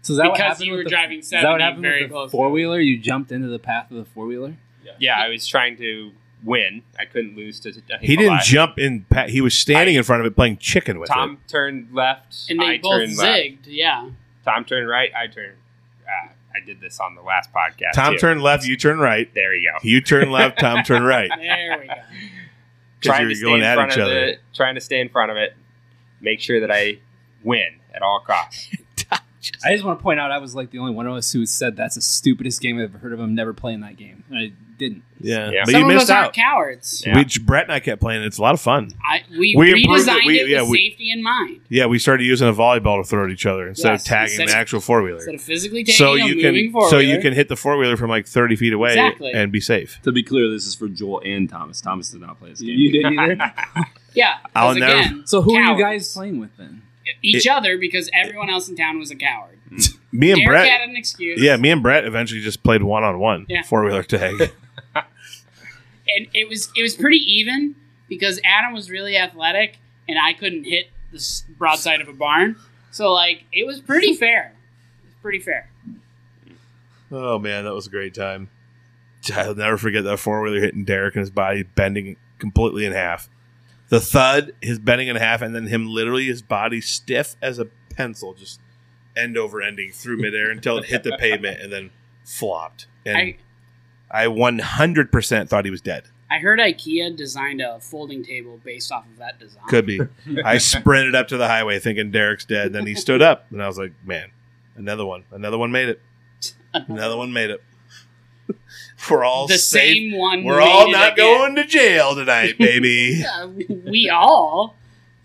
[SPEAKER 4] So is that what
[SPEAKER 3] because
[SPEAKER 4] happened
[SPEAKER 3] you
[SPEAKER 4] with
[SPEAKER 3] were
[SPEAKER 4] the-
[SPEAKER 3] driving
[SPEAKER 4] Is that what
[SPEAKER 3] 70
[SPEAKER 4] happened
[SPEAKER 3] very
[SPEAKER 4] with the
[SPEAKER 3] close.
[SPEAKER 4] four wheeler? You jumped into the path of the four wheeler.
[SPEAKER 6] Yeah, I was trying to win. I couldn't lose to. I think,
[SPEAKER 2] He didn't
[SPEAKER 6] Eli.
[SPEAKER 2] jump in. Pa- he was standing in front of it playing chicken with
[SPEAKER 6] Tom turned left.
[SPEAKER 3] and they
[SPEAKER 6] I
[SPEAKER 3] both
[SPEAKER 6] turned left.
[SPEAKER 3] zigged, yeah.
[SPEAKER 6] Tom turned right. I turned. Uh, I did this on the last podcast.
[SPEAKER 2] it. Tom
[SPEAKER 6] too.
[SPEAKER 2] turned left. You turned right.
[SPEAKER 6] There you go.
[SPEAKER 2] You turned left. Tom turned right.
[SPEAKER 3] There we go.
[SPEAKER 2] Because
[SPEAKER 6] trying
[SPEAKER 2] you
[SPEAKER 6] to
[SPEAKER 2] were
[SPEAKER 6] stay
[SPEAKER 2] going
[SPEAKER 6] in
[SPEAKER 2] at
[SPEAKER 6] front
[SPEAKER 2] each
[SPEAKER 6] of
[SPEAKER 2] other.
[SPEAKER 6] it, trying to stay in front of it, make sure that I win at all costs.
[SPEAKER 4] I just want to point out I was like the only one of us who said that's the stupidest game I've ever heard of. I'm never playing that game. And I didn't.
[SPEAKER 2] Yeah.
[SPEAKER 6] Yeah.
[SPEAKER 2] But
[SPEAKER 3] Some
[SPEAKER 2] you
[SPEAKER 3] of us
[SPEAKER 2] missed
[SPEAKER 3] are
[SPEAKER 2] out.
[SPEAKER 3] cowards.
[SPEAKER 6] Yeah.
[SPEAKER 2] We, Brett and I kept playing. It's a lot of fun.
[SPEAKER 3] I, we,
[SPEAKER 2] We improved it.
[SPEAKER 3] redesigned it,
[SPEAKER 2] We-
[SPEAKER 3] with
[SPEAKER 2] yeah, we-
[SPEAKER 3] safety in mind.
[SPEAKER 2] Yeah, we started using a volleyball to throw at each other instead
[SPEAKER 3] Yes,
[SPEAKER 2] of tagging
[SPEAKER 3] instead
[SPEAKER 2] an
[SPEAKER 3] of-
[SPEAKER 2] actual four wheeler.
[SPEAKER 3] Instead of physically taking
[SPEAKER 2] So
[SPEAKER 3] them,
[SPEAKER 2] you
[SPEAKER 3] moving
[SPEAKER 2] can
[SPEAKER 3] forward.
[SPEAKER 2] so you can hit the four wheeler from like thirty feet away
[SPEAKER 3] Exactly.
[SPEAKER 2] and be safe.
[SPEAKER 5] To be clear, this is for Joel and Thomas. Thomas did not play this game.
[SPEAKER 4] You didn't either.
[SPEAKER 3] Yeah. 'cause
[SPEAKER 2] I'll never-
[SPEAKER 3] again,
[SPEAKER 4] So who are you
[SPEAKER 3] cowards.
[SPEAKER 4] guys playing with then?
[SPEAKER 3] Each other because everyone else in town was a coward.
[SPEAKER 2] Me and
[SPEAKER 3] Derek
[SPEAKER 2] Brett.
[SPEAKER 3] had an excuse.
[SPEAKER 2] yeah, me and Brett eventually just played one on one
[SPEAKER 3] Yeah.
[SPEAKER 2] four wheeler tag.
[SPEAKER 3] and it was it was pretty even because Adam was really athletic and I couldn't hit the s- broadside of a barn. So like it was pretty fair. It was pretty fair.
[SPEAKER 2] Oh man, that was a great time. I'll never forget that four wheeler hitting Derek and his body bending completely in half. The thud, his bending in half, and then him literally his body stiff as a pencil, just end over ending through midair until it hit the pavement and then flopped. And
[SPEAKER 3] I
[SPEAKER 2] I one hundred percent thought he was dead.
[SPEAKER 3] I heard IKEA designed a folding table based off of that design.
[SPEAKER 2] Could be. I sprinted up to the highway thinking Derek's dead. Then he stood up and I was like, Man, another one. Another one made it. Another one made it. We're all
[SPEAKER 3] the
[SPEAKER 2] safe
[SPEAKER 3] same one.
[SPEAKER 2] We're
[SPEAKER 3] made
[SPEAKER 2] all
[SPEAKER 3] it
[SPEAKER 2] not
[SPEAKER 3] again.
[SPEAKER 2] going to jail tonight, baby.
[SPEAKER 3] Uh, we all.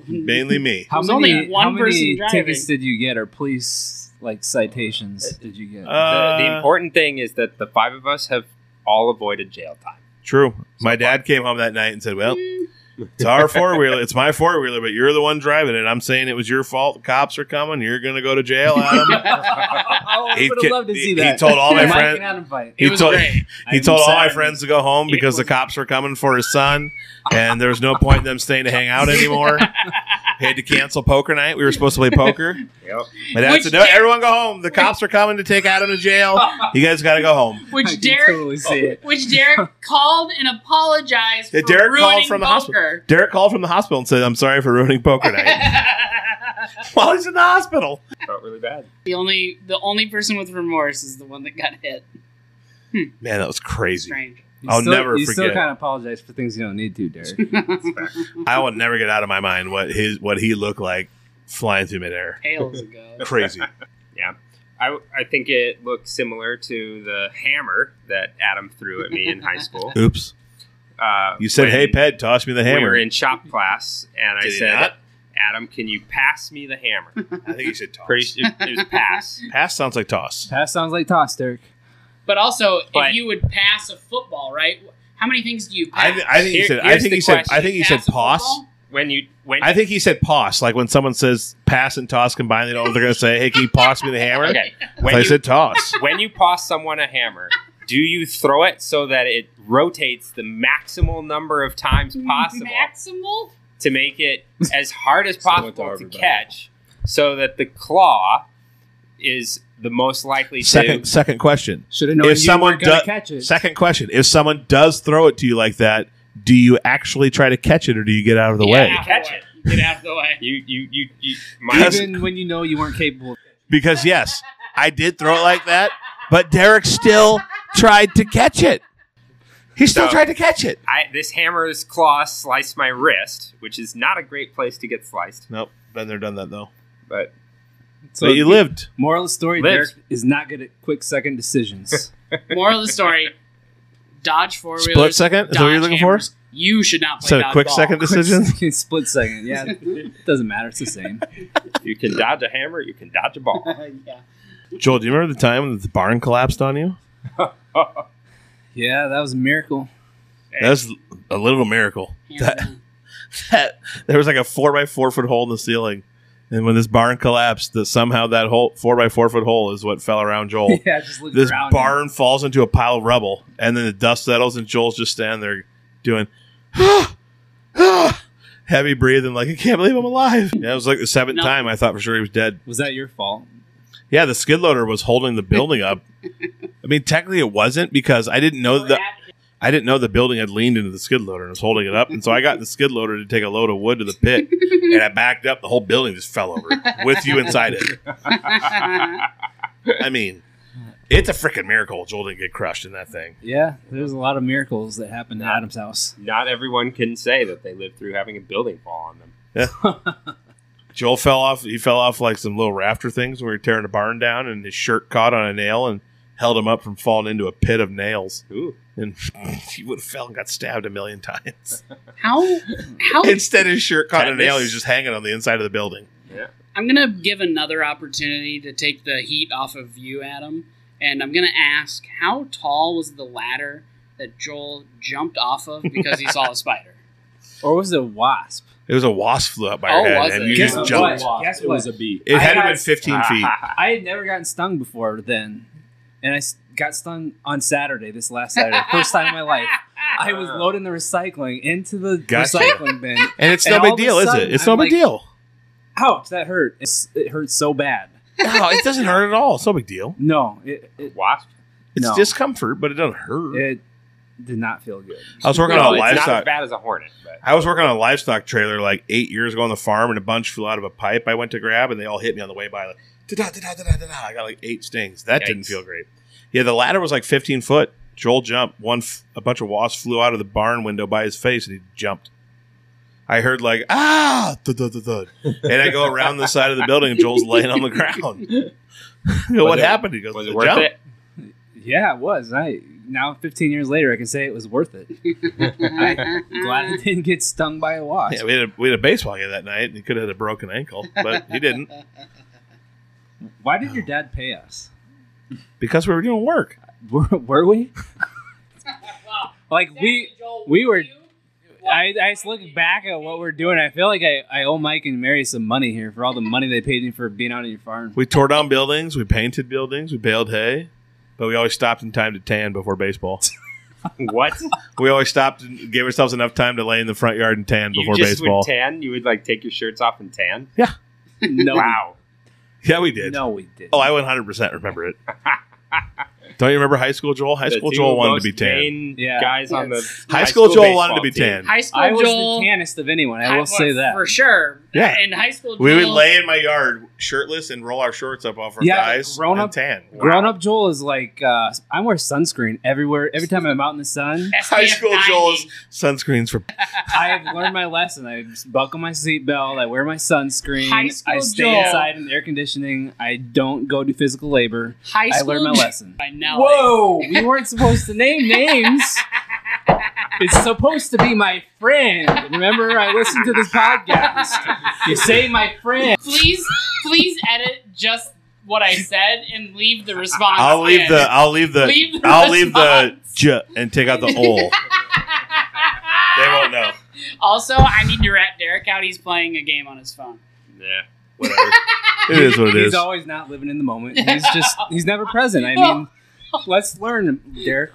[SPEAKER 2] Mainly me.
[SPEAKER 4] How
[SPEAKER 3] was
[SPEAKER 4] many,
[SPEAKER 3] only one
[SPEAKER 4] how many
[SPEAKER 3] person driving.
[SPEAKER 4] tickets did you get or police like citations did you get?
[SPEAKER 2] Uh,
[SPEAKER 6] the, the important thing is that the five of us have all avoided jail time.
[SPEAKER 2] True. My dad came home that night and said, Well, it's our four wheeler. It's my four wheeler, but you're the one driving it. I'm saying it was your fault. The cops are coming. You're going to go to jail, Adam.
[SPEAKER 4] I
[SPEAKER 2] uh, He
[SPEAKER 4] would
[SPEAKER 2] ki-
[SPEAKER 4] have loved to
[SPEAKER 2] he-
[SPEAKER 4] see
[SPEAKER 2] he
[SPEAKER 4] that.
[SPEAKER 2] told all my
[SPEAKER 4] Mike
[SPEAKER 2] friends-
[SPEAKER 4] and Adam fight.
[SPEAKER 2] He
[SPEAKER 3] It was
[SPEAKER 2] told-
[SPEAKER 3] great.
[SPEAKER 2] He
[SPEAKER 4] I'm
[SPEAKER 2] told all my
[SPEAKER 4] sad.
[SPEAKER 2] friends to go home because the cops were coming for his son, and there was no point in them staying to hang out anymore. he had to cancel poker night. We were supposed to play poker.
[SPEAKER 6] Yep.
[SPEAKER 2] My dad
[SPEAKER 3] Which
[SPEAKER 2] said, "No,
[SPEAKER 3] Derek-
[SPEAKER 2] everyone go home. The cops are coming to take Adam to jail. You guys got to go home."
[SPEAKER 4] I
[SPEAKER 3] Which
[SPEAKER 4] can
[SPEAKER 3] Derek
[SPEAKER 4] totally see it.
[SPEAKER 3] which Derek called and apologized
[SPEAKER 2] Yeah,
[SPEAKER 3] for
[SPEAKER 2] Derek
[SPEAKER 3] ruining
[SPEAKER 2] called from the
[SPEAKER 3] poker.
[SPEAKER 2] Derek called from the hospital and said, "I'm sorry for ruining poker night." while he's in the hospital.
[SPEAKER 6] Felt really bad.
[SPEAKER 3] the only the only person with remorse is the one that got hit.
[SPEAKER 2] Man, that was crazy.
[SPEAKER 3] Strange.
[SPEAKER 4] You
[SPEAKER 2] I'll
[SPEAKER 4] still-
[SPEAKER 2] never
[SPEAKER 4] you still
[SPEAKER 2] forget.
[SPEAKER 4] kind of apologize for things you don't need to, Derek.
[SPEAKER 2] I will never get out of my mind what his what he looked like flying through midair.
[SPEAKER 3] Tails ago.
[SPEAKER 2] Crazy.
[SPEAKER 6] I, I think it looked similar to the hammer that Adam threw at me in high school.
[SPEAKER 2] Oops.
[SPEAKER 6] Uh,
[SPEAKER 2] You said,
[SPEAKER 6] when
[SPEAKER 2] "Hey, Ped, toss me the
[SPEAKER 6] We
[SPEAKER 2] hammer."
[SPEAKER 6] were in shop class, and I
[SPEAKER 2] Did he
[SPEAKER 6] said,
[SPEAKER 2] not?
[SPEAKER 6] "Adam, can you pass me the hammer?"
[SPEAKER 2] I think you said toss.
[SPEAKER 6] Pretty sure it was pass.
[SPEAKER 2] Pass sounds like toss.
[SPEAKER 4] That sounds like toss, Derek.
[SPEAKER 3] But also,
[SPEAKER 6] But-
[SPEAKER 3] if you would pass a football, right? How many things do you
[SPEAKER 2] I,
[SPEAKER 3] pass?
[SPEAKER 2] th- I think he
[SPEAKER 6] Here-
[SPEAKER 2] said. I
[SPEAKER 6] here's
[SPEAKER 2] think
[SPEAKER 6] the
[SPEAKER 2] he said. I
[SPEAKER 6] question.
[SPEAKER 2] think he
[SPEAKER 3] Pass
[SPEAKER 2] said
[SPEAKER 3] a
[SPEAKER 2] pos.
[SPEAKER 3] football?
[SPEAKER 6] When you when
[SPEAKER 2] I think he said pos. Like when someone says pass and toss combined, they don't, they're going to say, "Hey, can you pos me the hammer?"
[SPEAKER 6] okay
[SPEAKER 2] So
[SPEAKER 6] when
[SPEAKER 2] I
[SPEAKER 6] you
[SPEAKER 2] said toss.
[SPEAKER 6] when you toss someone a hammer, do you throw it so that it rotates the maximal number of times
[SPEAKER 3] Mm-hmm.
[SPEAKER 6] possible
[SPEAKER 3] Maximal?
[SPEAKER 6] to make it as hard as
[SPEAKER 5] Sell it to
[SPEAKER 6] possible to
[SPEAKER 5] everybody.
[SPEAKER 6] catch, so that the claw is the most likely
[SPEAKER 2] Second,
[SPEAKER 6] to.
[SPEAKER 2] second question.
[SPEAKER 4] Should have known
[SPEAKER 2] If
[SPEAKER 4] you
[SPEAKER 2] someone
[SPEAKER 4] someone gonna
[SPEAKER 2] do-
[SPEAKER 4] catch it.
[SPEAKER 2] Second question: If someone does throw it to you like that, do you actually try to catch it, or do you get out of the way?
[SPEAKER 3] out of
[SPEAKER 6] Catch
[SPEAKER 3] the way. Get out of the way.
[SPEAKER 6] You you you you. My,
[SPEAKER 2] Because-
[SPEAKER 4] even when you know you weren't capable.
[SPEAKER 2] Because yes, I did throw it like that, but Derek still tried to catch it. He still
[SPEAKER 6] So-
[SPEAKER 2] tried to catch it.
[SPEAKER 6] I, this hammer's claw sliced my wrist, which is not a great place to get sliced.
[SPEAKER 2] Nope, been there, done that though.
[SPEAKER 6] But
[SPEAKER 4] So
[SPEAKER 2] but you lived.
[SPEAKER 4] moral of the story:
[SPEAKER 6] Lives.
[SPEAKER 4] Derek is not good at quick second decisions.
[SPEAKER 3] Moral of the story dodge four wheelers.
[SPEAKER 2] Split second? Is that what you're looking for?
[SPEAKER 3] for? You should not play
[SPEAKER 2] So quick
[SPEAKER 3] dodgeball.
[SPEAKER 2] second
[SPEAKER 4] Quick
[SPEAKER 2] decisions.
[SPEAKER 4] second, split second. Yeah, it doesn't matter. It's the same.
[SPEAKER 6] you can dodge a hammer, you can dodge a ball.
[SPEAKER 3] yeah.
[SPEAKER 2] Joel, do you remember the time when the barn collapsed on you?
[SPEAKER 4] Yeah, that was a miracle.
[SPEAKER 2] That was a little miracle.
[SPEAKER 3] Hands
[SPEAKER 2] That,
[SPEAKER 3] down.
[SPEAKER 2] that- there was like a four by four foot hole in the ceiling, and when this barn collapsed, that somehow that whole four by four foot hole is what fell around Joel.
[SPEAKER 4] Yeah, just look
[SPEAKER 2] this
[SPEAKER 4] around.
[SPEAKER 2] barn falls into a pile of rubble, and then the dust settles, and Joel's just standing there doing heavy breathing, like I can't believe I'm alive. Yeah, it was like the seventh
[SPEAKER 3] No.
[SPEAKER 2] time I thought for sure he was dead.
[SPEAKER 4] Was that your fault?
[SPEAKER 2] Yeah, the skid loader was holding the building up. I mean, technically it wasn't because I didn't know that I didn't know the building had leaned into the skid loader and was holding it up, and so I got the skid loader to take a load of wood to the pit, and I backed up. The whole building just fell over with you inside it. I mean, it's a freaking miracle Joel didn't get crushed in that thing.
[SPEAKER 4] Yeah, there's a lot of miracles that happened at Adam's house.
[SPEAKER 6] Not everyone can say that they lived through having a building fall on them.
[SPEAKER 2] Joel fell off. He fell off like some little rafter things when we were tearing the barn down, and his shirt caught on a nail and held him up from falling into a pit of nails.
[SPEAKER 6] Ooh.
[SPEAKER 2] And he would have fell and got stabbed a million times.
[SPEAKER 3] How? How?
[SPEAKER 2] Instead, his shirt caught on a
[SPEAKER 6] Tetanus.
[SPEAKER 2] nail. He was just hanging on the inside of the building.
[SPEAKER 3] I'm gonna give another opportunity to take the heat off of you, Adam, and I'm gonna ask how tall was the ladder that Joel jumped off of because he saw a spider?
[SPEAKER 4] Or was it a wasp?
[SPEAKER 2] It was a wasp flew up by
[SPEAKER 3] Oh,
[SPEAKER 2] your head,
[SPEAKER 3] was
[SPEAKER 2] and
[SPEAKER 3] it?
[SPEAKER 2] you
[SPEAKER 4] Guess
[SPEAKER 2] just
[SPEAKER 4] what?
[SPEAKER 2] jumped.
[SPEAKER 4] Guess
[SPEAKER 5] It
[SPEAKER 4] what?
[SPEAKER 5] was a bee.
[SPEAKER 2] It
[SPEAKER 4] I
[SPEAKER 2] had to have been
[SPEAKER 4] asked-
[SPEAKER 2] 15 feet.
[SPEAKER 4] I had never gotten stung before then, and I s- got stung on Saturday, this last Saturday, first time in my life. I was loading the recycling into the
[SPEAKER 2] Gotcha.
[SPEAKER 4] recycling bin.
[SPEAKER 2] And it's
[SPEAKER 4] And
[SPEAKER 2] no
[SPEAKER 4] all
[SPEAKER 2] big
[SPEAKER 4] of a
[SPEAKER 2] deal, is it?
[SPEAKER 4] sudden,
[SPEAKER 2] It's
[SPEAKER 4] I'm
[SPEAKER 2] no big
[SPEAKER 4] like-
[SPEAKER 2] deal.
[SPEAKER 4] Ouch, that hurt. It's, it hurt so bad.
[SPEAKER 2] No, it doesn't hurt at all. It's no big deal.
[SPEAKER 4] No, it, it,
[SPEAKER 6] Wasp?
[SPEAKER 2] It's
[SPEAKER 4] No.
[SPEAKER 2] discomfort, but it doesn't hurt.
[SPEAKER 4] it did not feel good.
[SPEAKER 2] I was working
[SPEAKER 6] No,
[SPEAKER 2] on a
[SPEAKER 6] it's not as
[SPEAKER 2] livestock.
[SPEAKER 6] bad as a hornet, but
[SPEAKER 2] I was working on a livestock trailer like eight years ago on the farm, and a bunch flew out of a pipe I went to grab, and they all hit me on the way by. Like, da da da da da da. I got like eight stings. That didn't
[SPEAKER 6] Yikes.
[SPEAKER 2] feel great. Yeah, the ladder was like 15 foot. Joel jumped. One, f- a bunch of wasps flew out of the barn window by his face, and he jumped. I heard like ah, thud, thud, thud, thud. and I go around the side of the building, and Joel's laying on the ground. I go,
[SPEAKER 6] Was
[SPEAKER 2] what
[SPEAKER 6] it-
[SPEAKER 2] happened? He goes,
[SPEAKER 6] was
[SPEAKER 2] "I
[SPEAKER 6] it worth
[SPEAKER 2] jumped."
[SPEAKER 6] it?
[SPEAKER 4] Yeah, it was. I now 15 years later, I can say it was worth it. Glad I
[SPEAKER 3] Mm.
[SPEAKER 4] didn't get stung by a wasp.
[SPEAKER 2] Yeah, we had a, we had a baseball game that night, and he could have had a broken ankle, but he didn't
[SPEAKER 4] Why did your dad pay us?
[SPEAKER 2] because we were doing work.
[SPEAKER 4] Were, were we? Like we we were. I, I just look back at what we're doing. I feel like I, I owe Mike and Mary some money here for all the money they paid me for being out on your farm.
[SPEAKER 2] We tore down buildings, we painted buildings, we baled hay, but we always stopped in time to tan before baseball.
[SPEAKER 6] What?
[SPEAKER 2] we always stopped and gave ourselves enough time to lay in the front yard and tan
[SPEAKER 6] you
[SPEAKER 2] before
[SPEAKER 6] just
[SPEAKER 2] baseball.
[SPEAKER 6] would tan? You would like take your shirts off and tan?
[SPEAKER 4] No,
[SPEAKER 6] Wow.
[SPEAKER 2] yeah, we
[SPEAKER 4] we,
[SPEAKER 2] did.
[SPEAKER 4] no, we did.
[SPEAKER 2] Oh, I 100% remember it. Don't you remember high school Joel? High school
[SPEAKER 6] The two
[SPEAKER 2] Joel wanted
[SPEAKER 6] most
[SPEAKER 2] to be tan.
[SPEAKER 6] main
[SPEAKER 4] Yeah.
[SPEAKER 6] Guys on the
[SPEAKER 2] High school Joel wanted to be
[SPEAKER 6] baseball team.
[SPEAKER 2] tan.
[SPEAKER 3] High school
[SPEAKER 4] I was
[SPEAKER 3] Joel.
[SPEAKER 4] the tannest of anyone. I
[SPEAKER 3] high-
[SPEAKER 4] will say that.
[SPEAKER 3] for sure.
[SPEAKER 2] Yeah.
[SPEAKER 3] and high school.
[SPEAKER 2] We would
[SPEAKER 3] Joel-
[SPEAKER 2] lay in my yard shirtless and roll our shorts up off our
[SPEAKER 4] Yeah,
[SPEAKER 2] thighs.
[SPEAKER 4] grown
[SPEAKER 2] and
[SPEAKER 4] up-
[SPEAKER 2] tan.
[SPEAKER 4] Grown up Joel is like uh, I wear sunscreen everywhere. Every time I'm out in the sun,
[SPEAKER 3] SPF
[SPEAKER 2] High school
[SPEAKER 3] 90.
[SPEAKER 2] Joel's sunscreens for
[SPEAKER 4] I have learned my lesson. I just buckle my seatbelt. I wear my sunscreen.
[SPEAKER 3] High school
[SPEAKER 4] I stay
[SPEAKER 3] Joel.
[SPEAKER 4] inside in the air conditioning. I don't go do physical labor.
[SPEAKER 3] High
[SPEAKER 4] I
[SPEAKER 3] school
[SPEAKER 4] learned my
[SPEAKER 3] Joel
[SPEAKER 4] lesson.
[SPEAKER 3] by Nelly.
[SPEAKER 4] Whoa, we weren't supposed to name names. It's supposed to be my friend. Remember, I listened to this podcast. You say my friend.
[SPEAKER 3] please, please edit just what I said and leave the response.
[SPEAKER 2] I'll leave
[SPEAKER 3] in.
[SPEAKER 2] the I'll leave the
[SPEAKER 3] Leave the
[SPEAKER 2] I'll leave the
[SPEAKER 3] response.
[SPEAKER 2] j and take out the ol. They won't know.
[SPEAKER 3] Also, I need to rat Derek out. He's playing a game on his phone.
[SPEAKER 5] Yeah.
[SPEAKER 2] Whatever. it is what it
[SPEAKER 4] He's
[SPEAKER 2] is.
[SPEAKER 4] always not living in the moment. He's just he's never present. I mean, let's learn, Derek.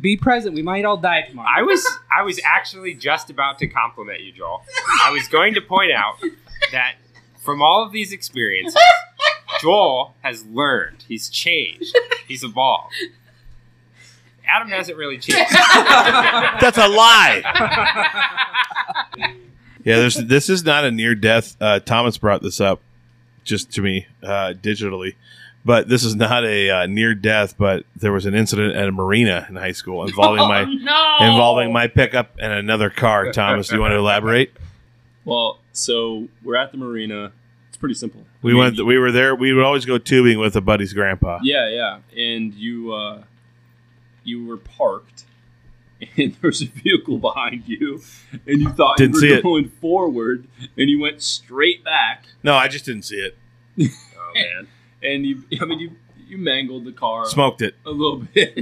[SPEAKER 4] Be present. We might all die tomorrow.
[SPEAKER 6] I was I was actually just about to compliment you, Joel. I was going to point out that from all of these experiences, Joel has learned. He's changed. He's evolved. Adam hasn't really changed.
[SPEAKER 2] That's a lie. yeah, there's this is not a near death. Uh, Thomas brought this up just to me uh, digitally, but this is not a uh, near death. But there was an incident at a marina in high school involving my
[SPEAKER 3] Oh, no.
[SPEAKER 2] involving my pickup and another car. Thomas, do you want to elaborate?
[SPEAKER 5] Well, so we're at the marina. It's pretty simple.
[SPEAKER 2] We
[SPEAKER 5] I mean,
[SPEAKER 2] went. We were there. We would always go tubing with a buddy's grandpa.
[SPEAKER 5] Yeah, yeah. And you uh you were parked and there was a vehicle behind you and you thought
[SPEAKER 2] Didn't see
[SPEAKER 5] you were
[SPEAKER 2] it.
[SPEAKER 5] going forward and you went straight back
[SPEAKER 2] No, I just didn't see it.
[SPEAKER 5] oh, man. and you I mean you you mangled the car
[SPEAKER 2] Smoked it.
[SPEAKER 5] a little bit.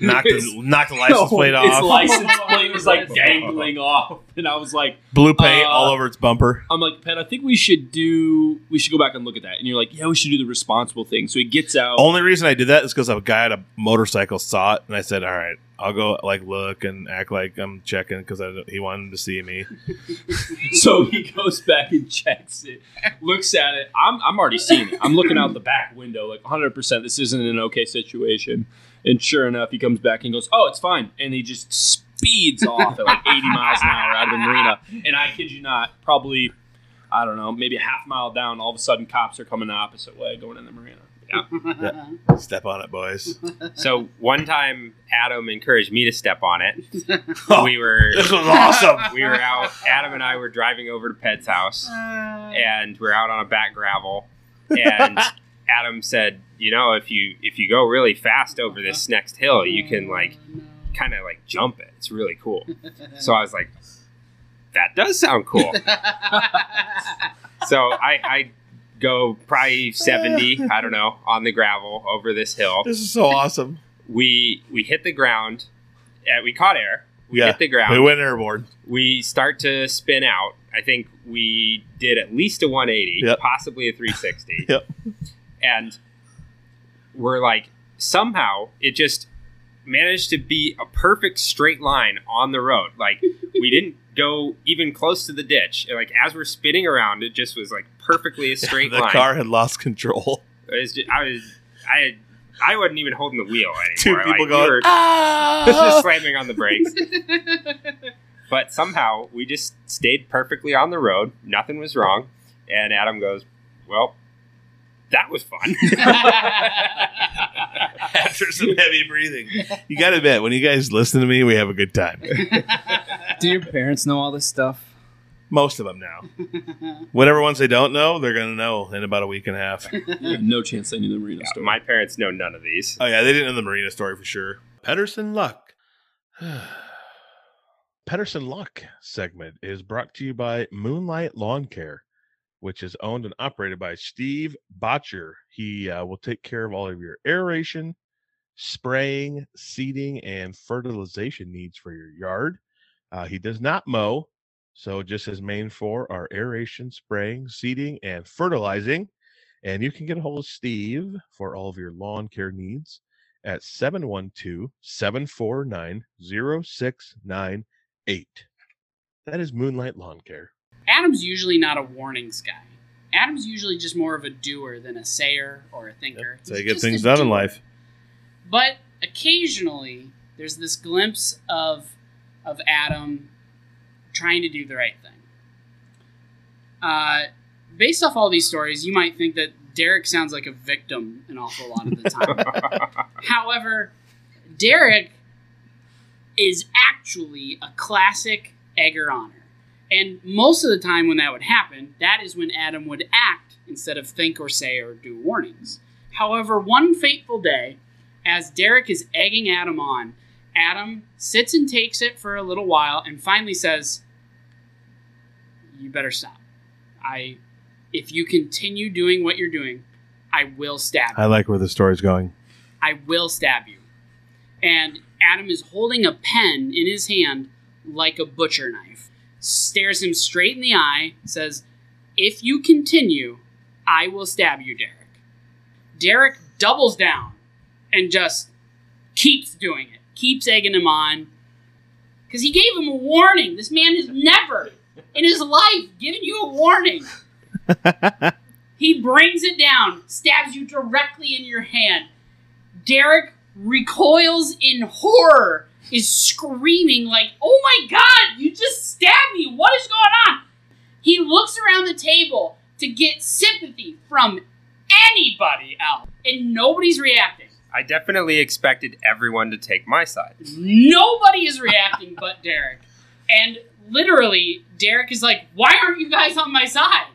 [SPEAKER 2] Knocked
[SPEAKER 5] His-
[SPEAKER 2] the, knocked the license plate
[SPEAKER 5] No,
[SPEAKER 2] off.
[SPEAKER 5] His license plate was like dangling off and I was like
[SPEAKER 2] blue paint
[SPEAKER 5] uh,
[SPEAKER 2] all over its bumper.
[SPEAKER 5] I'm like, Pat, I think we should do we should go back and look at that. And you're like, Yeah, we should do the responsible thing. So he gets out
[SPEAKER 2] Only reason I did that is because a guy at a motorcycle saw it, and I said, "All right, I'll go like look and act like I'm checking because he wanted to see me."
[SPEAKER 5] So he goes back and checks it, looks at it. I'm, I'm already seeing it. I'm looking out the back window, like 100%, this isn't an okay situation. And sure enough, he comes back and goes, Oh, it's fine. And he just speeds off at like 80 miles an hour out of the marina. And I kid you not, probably, I don't know, maybe a half mile down, all of a sudden cops are coming the opposite way going in the marina. Yeah.
[SPEAKER 2] Step on it, boys.
[SPEAKER 6] So one time, Adam encouraged me to step on it.
[SPEAKER 2] Oh.
[SPEAKER 6] We were
[SPEAKER 2] this was awesome.
[SPEAKER 6] we were out. Adam and I were driving over to Pet's house, and we're out on a back gravel. And Adam said, "You know, if you if you go really fast over this next hill, you can like kind of like jump it. It's really cool." So I was like, "That does sound cool." So I, I go probably seventy, I don't know, on the gravel over this hill.
[SPEAKER 2] This is so awesome.
[SPEAKER 6] We we hit the ground, and we caught air. We
[SPEAKER 2] Yeah.
[SPEAKER 6] hit the ground
[SPEAKER 2] We went airborne.
[SPEAKER 6] we start to spin out. I think we did at least a 180,
[SPEAKER 2] Yep.
[SPEAKER 6] possibly a 360.
[SPEAKER 2] Yep.
[SPEAKER 6] And we're like, somehow it just managed to be a perfect straight line on the road. Like, we didn't go even close to the ditch. And, Like, as we're spinning around, it just was like perfectly a straight
[SPEAKER 2] the
[SPEAKER 6] line.
[SPEAKER 2] car had lost control.
[SPEAKER 6] It was ju- I was, I had. I wasn't even holding the wheel
[SPEAKER 2] Two
[SPEAKER 6] anymore.
[SPEAKER 2] people
[SPEAKER 6] like,
[SPEAKER 2] going, "Ah,
[SPEAKER 6] we were
[SPEAKER 2] Oh.
[SPEAKER 6] just slamming on the brakes. But somehow we just stayed perfectly on the road. Nothing was wrong. And Adam goes, Well, that was fun.
[SPEAKER 2] After some heavy breathing, you got to admit when you guys listen to me, we have a good time.
[SPEAKER 4] Do your parents know all this stuff?
[SPEAKER 2] Most of them now. Whatever ones they don't know, they're gonna know in about a week and a half.
[SPEAKER 5] You have no chance they knew the marina story.
[SPEAKER 6] My parents know none of these.
[SPEAKER 2] Oh yeah, they didn't know the marina story for sure. Pedersen Luck. Pedersen Luck segment is brought to you by Moonlight Lawn Care, which is owned and operated by Steve Botcher. He uh, will take care of all of your aeration, spraying, seeding, and fertilization needs for your yard. Uh, he does not mow, so just his main four are aeration, spraying, seeding, and fertilizing. And you can get a hold of Steve for all of your lawn care needs at 712 749 0698. That is Moonlight Lawn Care.
[SPEAKER 3] Adam's usually not a warnings guy. Adam's usually just more of a doer than a sayer or a thinker. He's just a doer. But occasionally there's this glimpse of of Adam trying to do the right thing. Uh, based off all these stories, you might think that Derek sounds like a victim an awful lot of the time. However, Derek is actually a classic Egger honor. And most of the time when that would happen, that is when Adam would act instead of think or say or do warnings. However, one fateful day, as Derek is egging Adam on, Adam sits and takes it for a little while and finally says, You better stop. I if you continue doing what you're doing, I will stab you.
[SPEAKER 2] I like where the story's going.
[SPEAKER 3] I will stab you. And Adam is holding a pen in his hand like a butcher knife, stares him straight in the eye, says, If you continue, I will stab you, Derek. Derek doubles down and just keeps doing it, keeps egging him on. Because he gave him a warning. This man has never in his life given you a warning. he brings it down, stabs you directly in your hand. Derek recoils in horror, is screaming like, "Oh my god, you just stabbed me. What is going on?" He looks around the table to get sympathy from anybody else, and nobody's reacting.
[SPEAKER 6] I definitely expected everyone to take my side.
[SPEAKER 3] Nobody is reacting but Derek. And literally, Derek is like, Why aren't you guys on my side?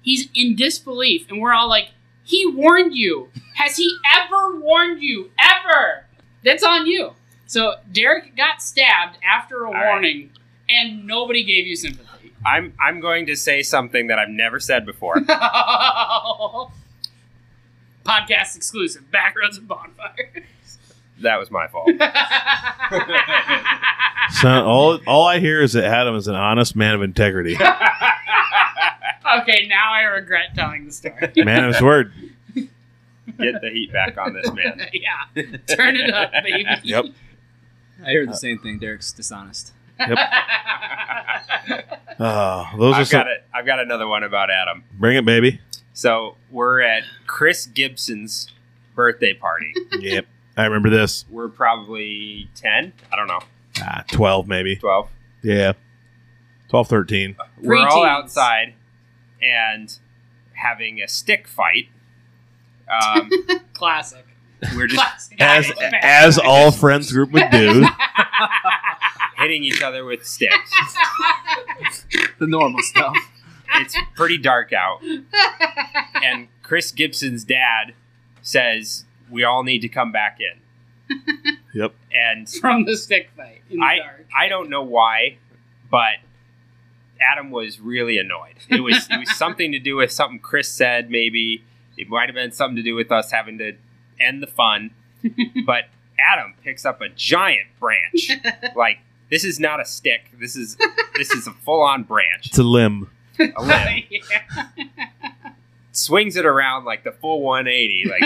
[SPEAKER 3] He's in disbelief. And we're all like, He warned you. Has he ever warned you? Ever? That's on you. So Derek got stabbed after a
[SPEAKER 6] right.
[SPEAKER 3] warning, and nobody gave you sympathy.
[SPEAKER 6] I'm I'm going to say something that I've never said before.
[SPEAKER 3] Podcast exclusive, Backroads and Bonfire.
[SPEAKER 6] that was my fault.
[SPEAKER 2] So all all I hear is that Adam is an honest man of integrity,
[SPEAKER 3] okay, now I regret telling the story.
[SPEAKER 2] man of his word.
[SPEAKER 6] Get the heat back on this man.
[SPEAKER 3] yeah, turn it up, baby.
[SPEAKER 2] Yep.
[SPEAKER 4] I heard the same thing. Derek's dishonest.
[SPEAKER 2] Oh, those are
[SPEAKER 6] I've
[SPEAKER 2] some,
[SPEAKER 6] got it. I've got another one about Adam.
[SPEAKER 2] bring it, baby.
[SPEAKER 6] So we're at Chris Gibson's birthday party.
[SPEAKER 2] Yep, I remember this.
[SPEAKER 6] we're probably ten. I don't know,
[SPEAKER 2] Ah, Twelve maybe.
[SPEAKER 6] twelve.
[SPEAKER 2] Yeah, 12, 13.
[SPEAKER 6] We're all
[SPEAKER 3] Preteens.
[SPEAKER 6] outside and having a stick fight. Um,
[SPEAKER 3] Classic.
[SPEAKER 6] we're just
[SPEAKER 3] Classic.
[SPEAKER 2] As
[SPEAKER 3] Bad.
[SPEAKER 2] as all friends group would do.
[SPEAKER 6] hitting each other with sticks.
[SPEAKER 4] The normal stuff.
[SPEAKER 6] it's pretty dark out. And Chris Gibson's dad says we all need to come back in.
[SPEAKER 2] Yep.
[SPEAKER 6] And
[SPEAKER 3] from the stick fight in the
[SPEAKER 6] I
[SPEAKER 3] dark.
[SPEAKER 6] I don't know why, but Adam was really annoyed. It was it was something to do with something Chris said maybe. It might have been something to do with us having to end the fun. But Adam picks up a giant branch. Like this is not a stick. This is this is a full-on branch.
[SPEAKER 2] It's a limb.
[SPEAKER 6] A limb.
[SPEAKER 3] Yeah.
[SPEAKER 6] swings it around like the full 180, like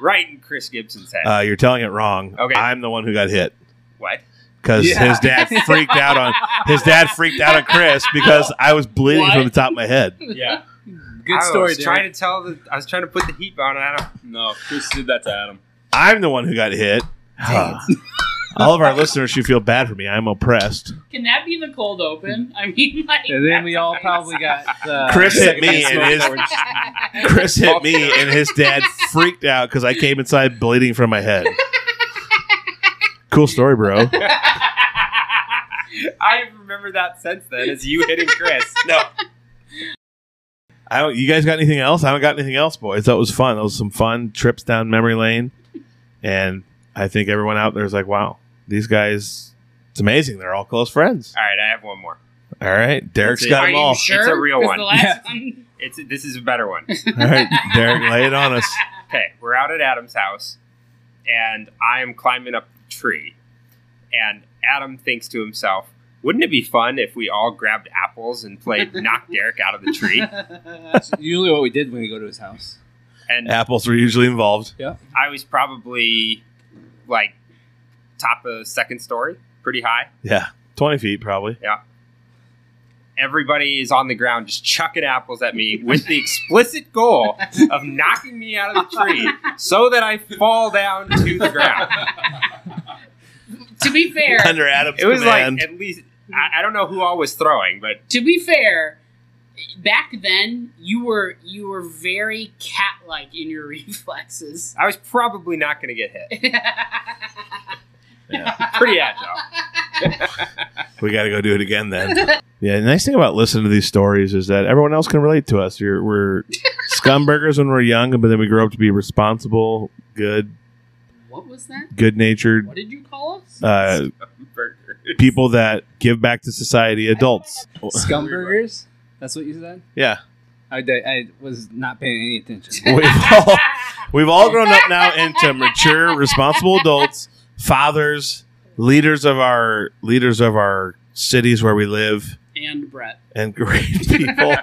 [SPEAKER 6] right in Chris Gibson's head.
[SPEAKER 2] Uh, you're telling it wrong.
[SPEAKER 6] Okay.
[SPEAKER 2] I'm the one who got hit
[SPEAKER 6] what?
[SPEAKER 2] because
[SPEAKER 4] Yeah.
[SPEAKER 2] his dad freaked out on his dad freaked out on Chris because I was bleeding
[SPEAKER 3] What?
[SPEAKER 2] from the top of my head.
[SPEAKER 5] Yeah.
[SPEAKER 4] Good
[SPEAKER 6] I
[SPEAKER 4] story,
[SPEAKER 6] was trying
[SPEAKER 4] Derek.
[SPEAKER 6] to tell the. I was trying to put the heat on Adam.
[SPEAKER 5] No, Chris did that to Adam.
[SPEAKER 2] I'm the one who got hit. All of our listeners should feel bad for me. I'm oppressed.
[SPEAKER 3] Can that be the cold open? I mean, like.
[SPEAKER 4] and then we all probably got uh,
[SPEAKER 2] Chris hit
[SPEAKER 4] secondhand
[SPEAKER 2] me and
[SPEAKER 4] smoke
[SPEAKER 2] his-
[SPEAKER 4] orange.
[SPEAKER 2] Chris hit me, and his dad freaked out because I came inside bleeding from my head. Cool story, bro.
[SPEAKER 6] I remember that since then as you hitting Chris. No,
[SPEAKER 2] I don't. You guys got anything else? I don't got anything else, boys. That was fun. That was some fun trips down memory lane, and I think everyone out there is like, "Wow, these guys." It's amazing. They're all close friends.
[SPEAKER 6] All right, I have one more.
[SPEAKER 2] All right, Derek's
[SPEAKER 6] That's it.
[SPEAKER 2] got
[SPEAKER 3] Are
[SPEAKER 2] them
[SPEAKER 3] you
[SPEAKER 2] all.
[SPEAKER 3] sure?
[SPEAKER 6] It's a real
[SPEAKER 3] 'Cause
[SPEAKER 6] one.
[SPEAKER 3] The last
[SPEAKER 4] Yeah.
[SPEAKER 3] one.
[SPEAKER 6] It's this is a better one.
[SPEAKER 2] All right, Derek, lay it on us.
[SPEAKER 6] Okay, we're out at Adam's house, and I am climbing up the tree, and Adam thinks to himself, "Wouldn't it be fun if we all grabbed apples and played knock Derek out of the tree?"
[SPEAKER 4] That's usually what we did when we go to his house.
[SPEAKER 6] And
[SPEAKER 2] Apples were usually involved.
[SPEAKER 6] I was probably like top of second story, pretty high.
[SPEAKER 2] Yeah, twenty feet probably.
[SPEAKER 6] everybody is on the ground just chucking apples at me with the explicit goal of knocking me out of the tree so that I fall down to the ground.
[SPEAKER 3] to be fair,
[SPEAKER 2] Under Adam's
[SPEAKER 6] It was
[SPEAKER 2] command.
[SPEAKER 6] like at least I, I don't know who all was throwing, but
[SPEAKER 3] to be fair, back then you were you were very cat-like in your reflexes.
[SPEAKER 6] I was probably not going to get hit.
[SPEAKER 2] Yeah.
[SPEAKER 6] Pretty agile.
[SPEAKER 2] we got to go do it again then. Yeah, the nice thing about listening to these stories is that everyone else can relate to us. We're, we're scumburgers when we're young, but then we grow up to be responsible, good,
[SPEAKER 3] what was that?
[SPEAKER 2] good natured
[SPEAKER 3] What did you call us?
[SPEAKER 2] uh,
[SPEAKER 6] Burger.
[SPEAKER 2] people that give back to society, adults.
[SPEAKER 4] Scumburgers? That's what you said?
[SPEAKER 2] Yeah.
[SPEAKER 4] I, di- I was not paying any attention.
[SPEAKER 2] We've all, we've all grown up now into mature, responsible adults, fathers, leaders of our leaders of our cities where we live,
[SPEAKER 3] and Brett.
[SPEAKER 2] and great people.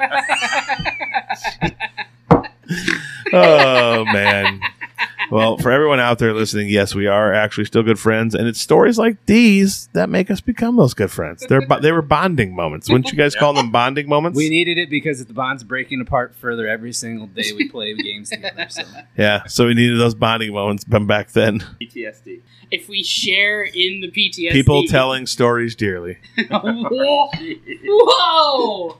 [SPEAKER 2] oh man. Well, for everyone out there listening, yes, we are actually still good friends, and it's stories like these that make us become those good friends. They're bo- they were bonding moments. Wouldn't you guys call them bonding moments?
[SPEAKER 4] we needed it because the bond's breaking apart further every single day we play games together. So.
[SPEAKER 2] yeah, so we needed those bonding moments from back then.
[SPEAKER 6] PTSD.
[SPEAKER 3] if we share in the PTSD,
[SPEAKER 2] People telling stories dearly.
[SPEAKER 3] Whoa! Whoa!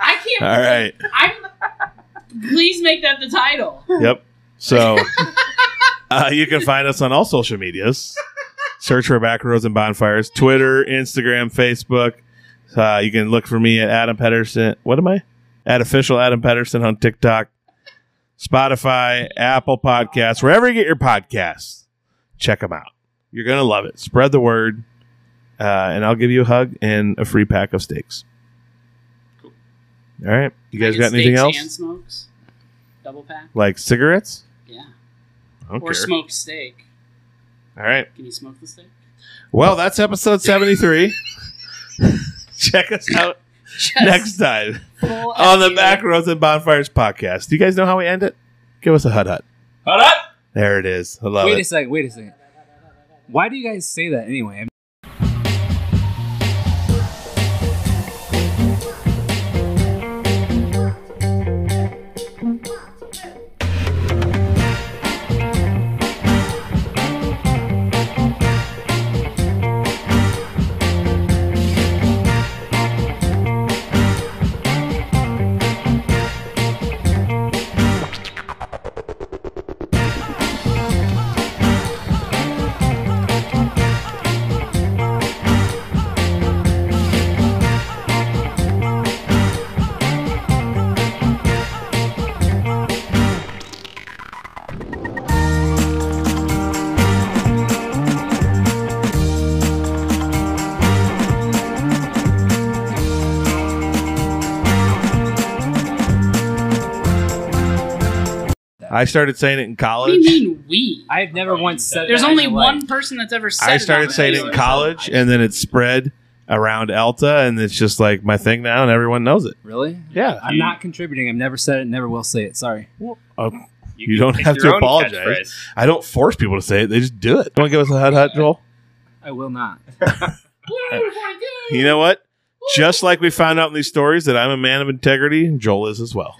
[SPEAKER 3] I can't.
[SPEAKER 2] All right.
[SPEAKER 3] I'm. Please make that the title.
[SPEAKER 2] Yep. So uh, you can find us on all social medias. Search for Back Roads and Bonfires, Twitter, Instagram, Facebook. Uh, you can look for me at Adam Pedersen. What am I? At official Adam Pedersen on TikTok, Spotify, Apple Podcasts, wherever you get your podcasts. Check them out. You're gonna love it. Spread the word, uh, and I'll give you a hug and a free pack of steaks. Cool. All right. You guys
[SPEAKER 3] Like
[SPEAKER 2] got anything
[SPEAKER 3] steaks
[SPEAKER 2] else?
[SPEAKER 3] And smokes, double pack.
[SPEAKER 2] Like cigarettes?
[SPEAKER 3] Yeah.
[SPEAKER 2] I don't
[SPEAKER 3] Or
[SPEAKER 2] care.
[SPEAKER 3] smoked steak.
[SPEAKER 2] All right.
[SPEAKER 3] Can you smoke the steak?
[SPEAKER 2] Well, that's episode 73. Check us out next time
[SPEAKER 3] Full
[SPEAKER 2] on the
[SPEAKER 3] FU.
[SPEAKER 2] Back Roads and Bonfires podcast. Do you guys know how we end it? Give us a hut hut.
[SPEAKER 5] Hold up.
[SPEAKER 2] There it is. I love
[SPEAKER 4] Wait a
[SPEAKER 2] it.
[SPEAKER 4] second. Wait a second. Why do you guys say that anyway?
[SPEAKER 2] I started saying it in
[SPEAKER 3] What do you
[SPEAKER 2] college.
[SPEAKER 3] mean we?
[SPEAKER 4] I've never once said
[SPEAKER 3] There's
[SPEAKER 4] that
[SPEAKER 3] only
[SPEAKER 4] in my life.
[SPEAKER 3] one person that's ever said.
[SPEAKER 2] I
[SPEAKER 3] it on
[SPEAKER 2] started
[SPEAKER 3] the
[SPEAKER 2] saying it
[SPEAKER 3] show.
[SPEAKER 2] in college, and then it spread around Alta, and it's just like my thing now, and everyone knows it.
[SPEAKER 4] Really?
[SPEAKER 2] Yeah.
[SPEAKER 4] I'm not contributing. I've never said it. Never will say it. Sorry.
[SPEAKER 2] You don't
[SPEAKER 6] It's
[SPEAKER 2] have
[SPEAKER 6] your
[SPEAKER 2] to
[SPEAKER 6] own
[SPEAKER 2] apologize.
[SPEAKER 6] catchphrase.
[SPEAKER 2] I don't force people to say it, they just do it. You want to give us a hut hut, Joel?
[SPEAKER 4] I will not.
[SPEAKER 3] Woo, 42!
[SPEAKER 2] You know what? Just like we found out in these stories that I'm a man of integrity, Joel is as well.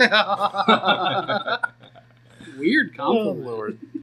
[SPEAKER 3] Weird compliment.
[SPEAKER 2] Lord.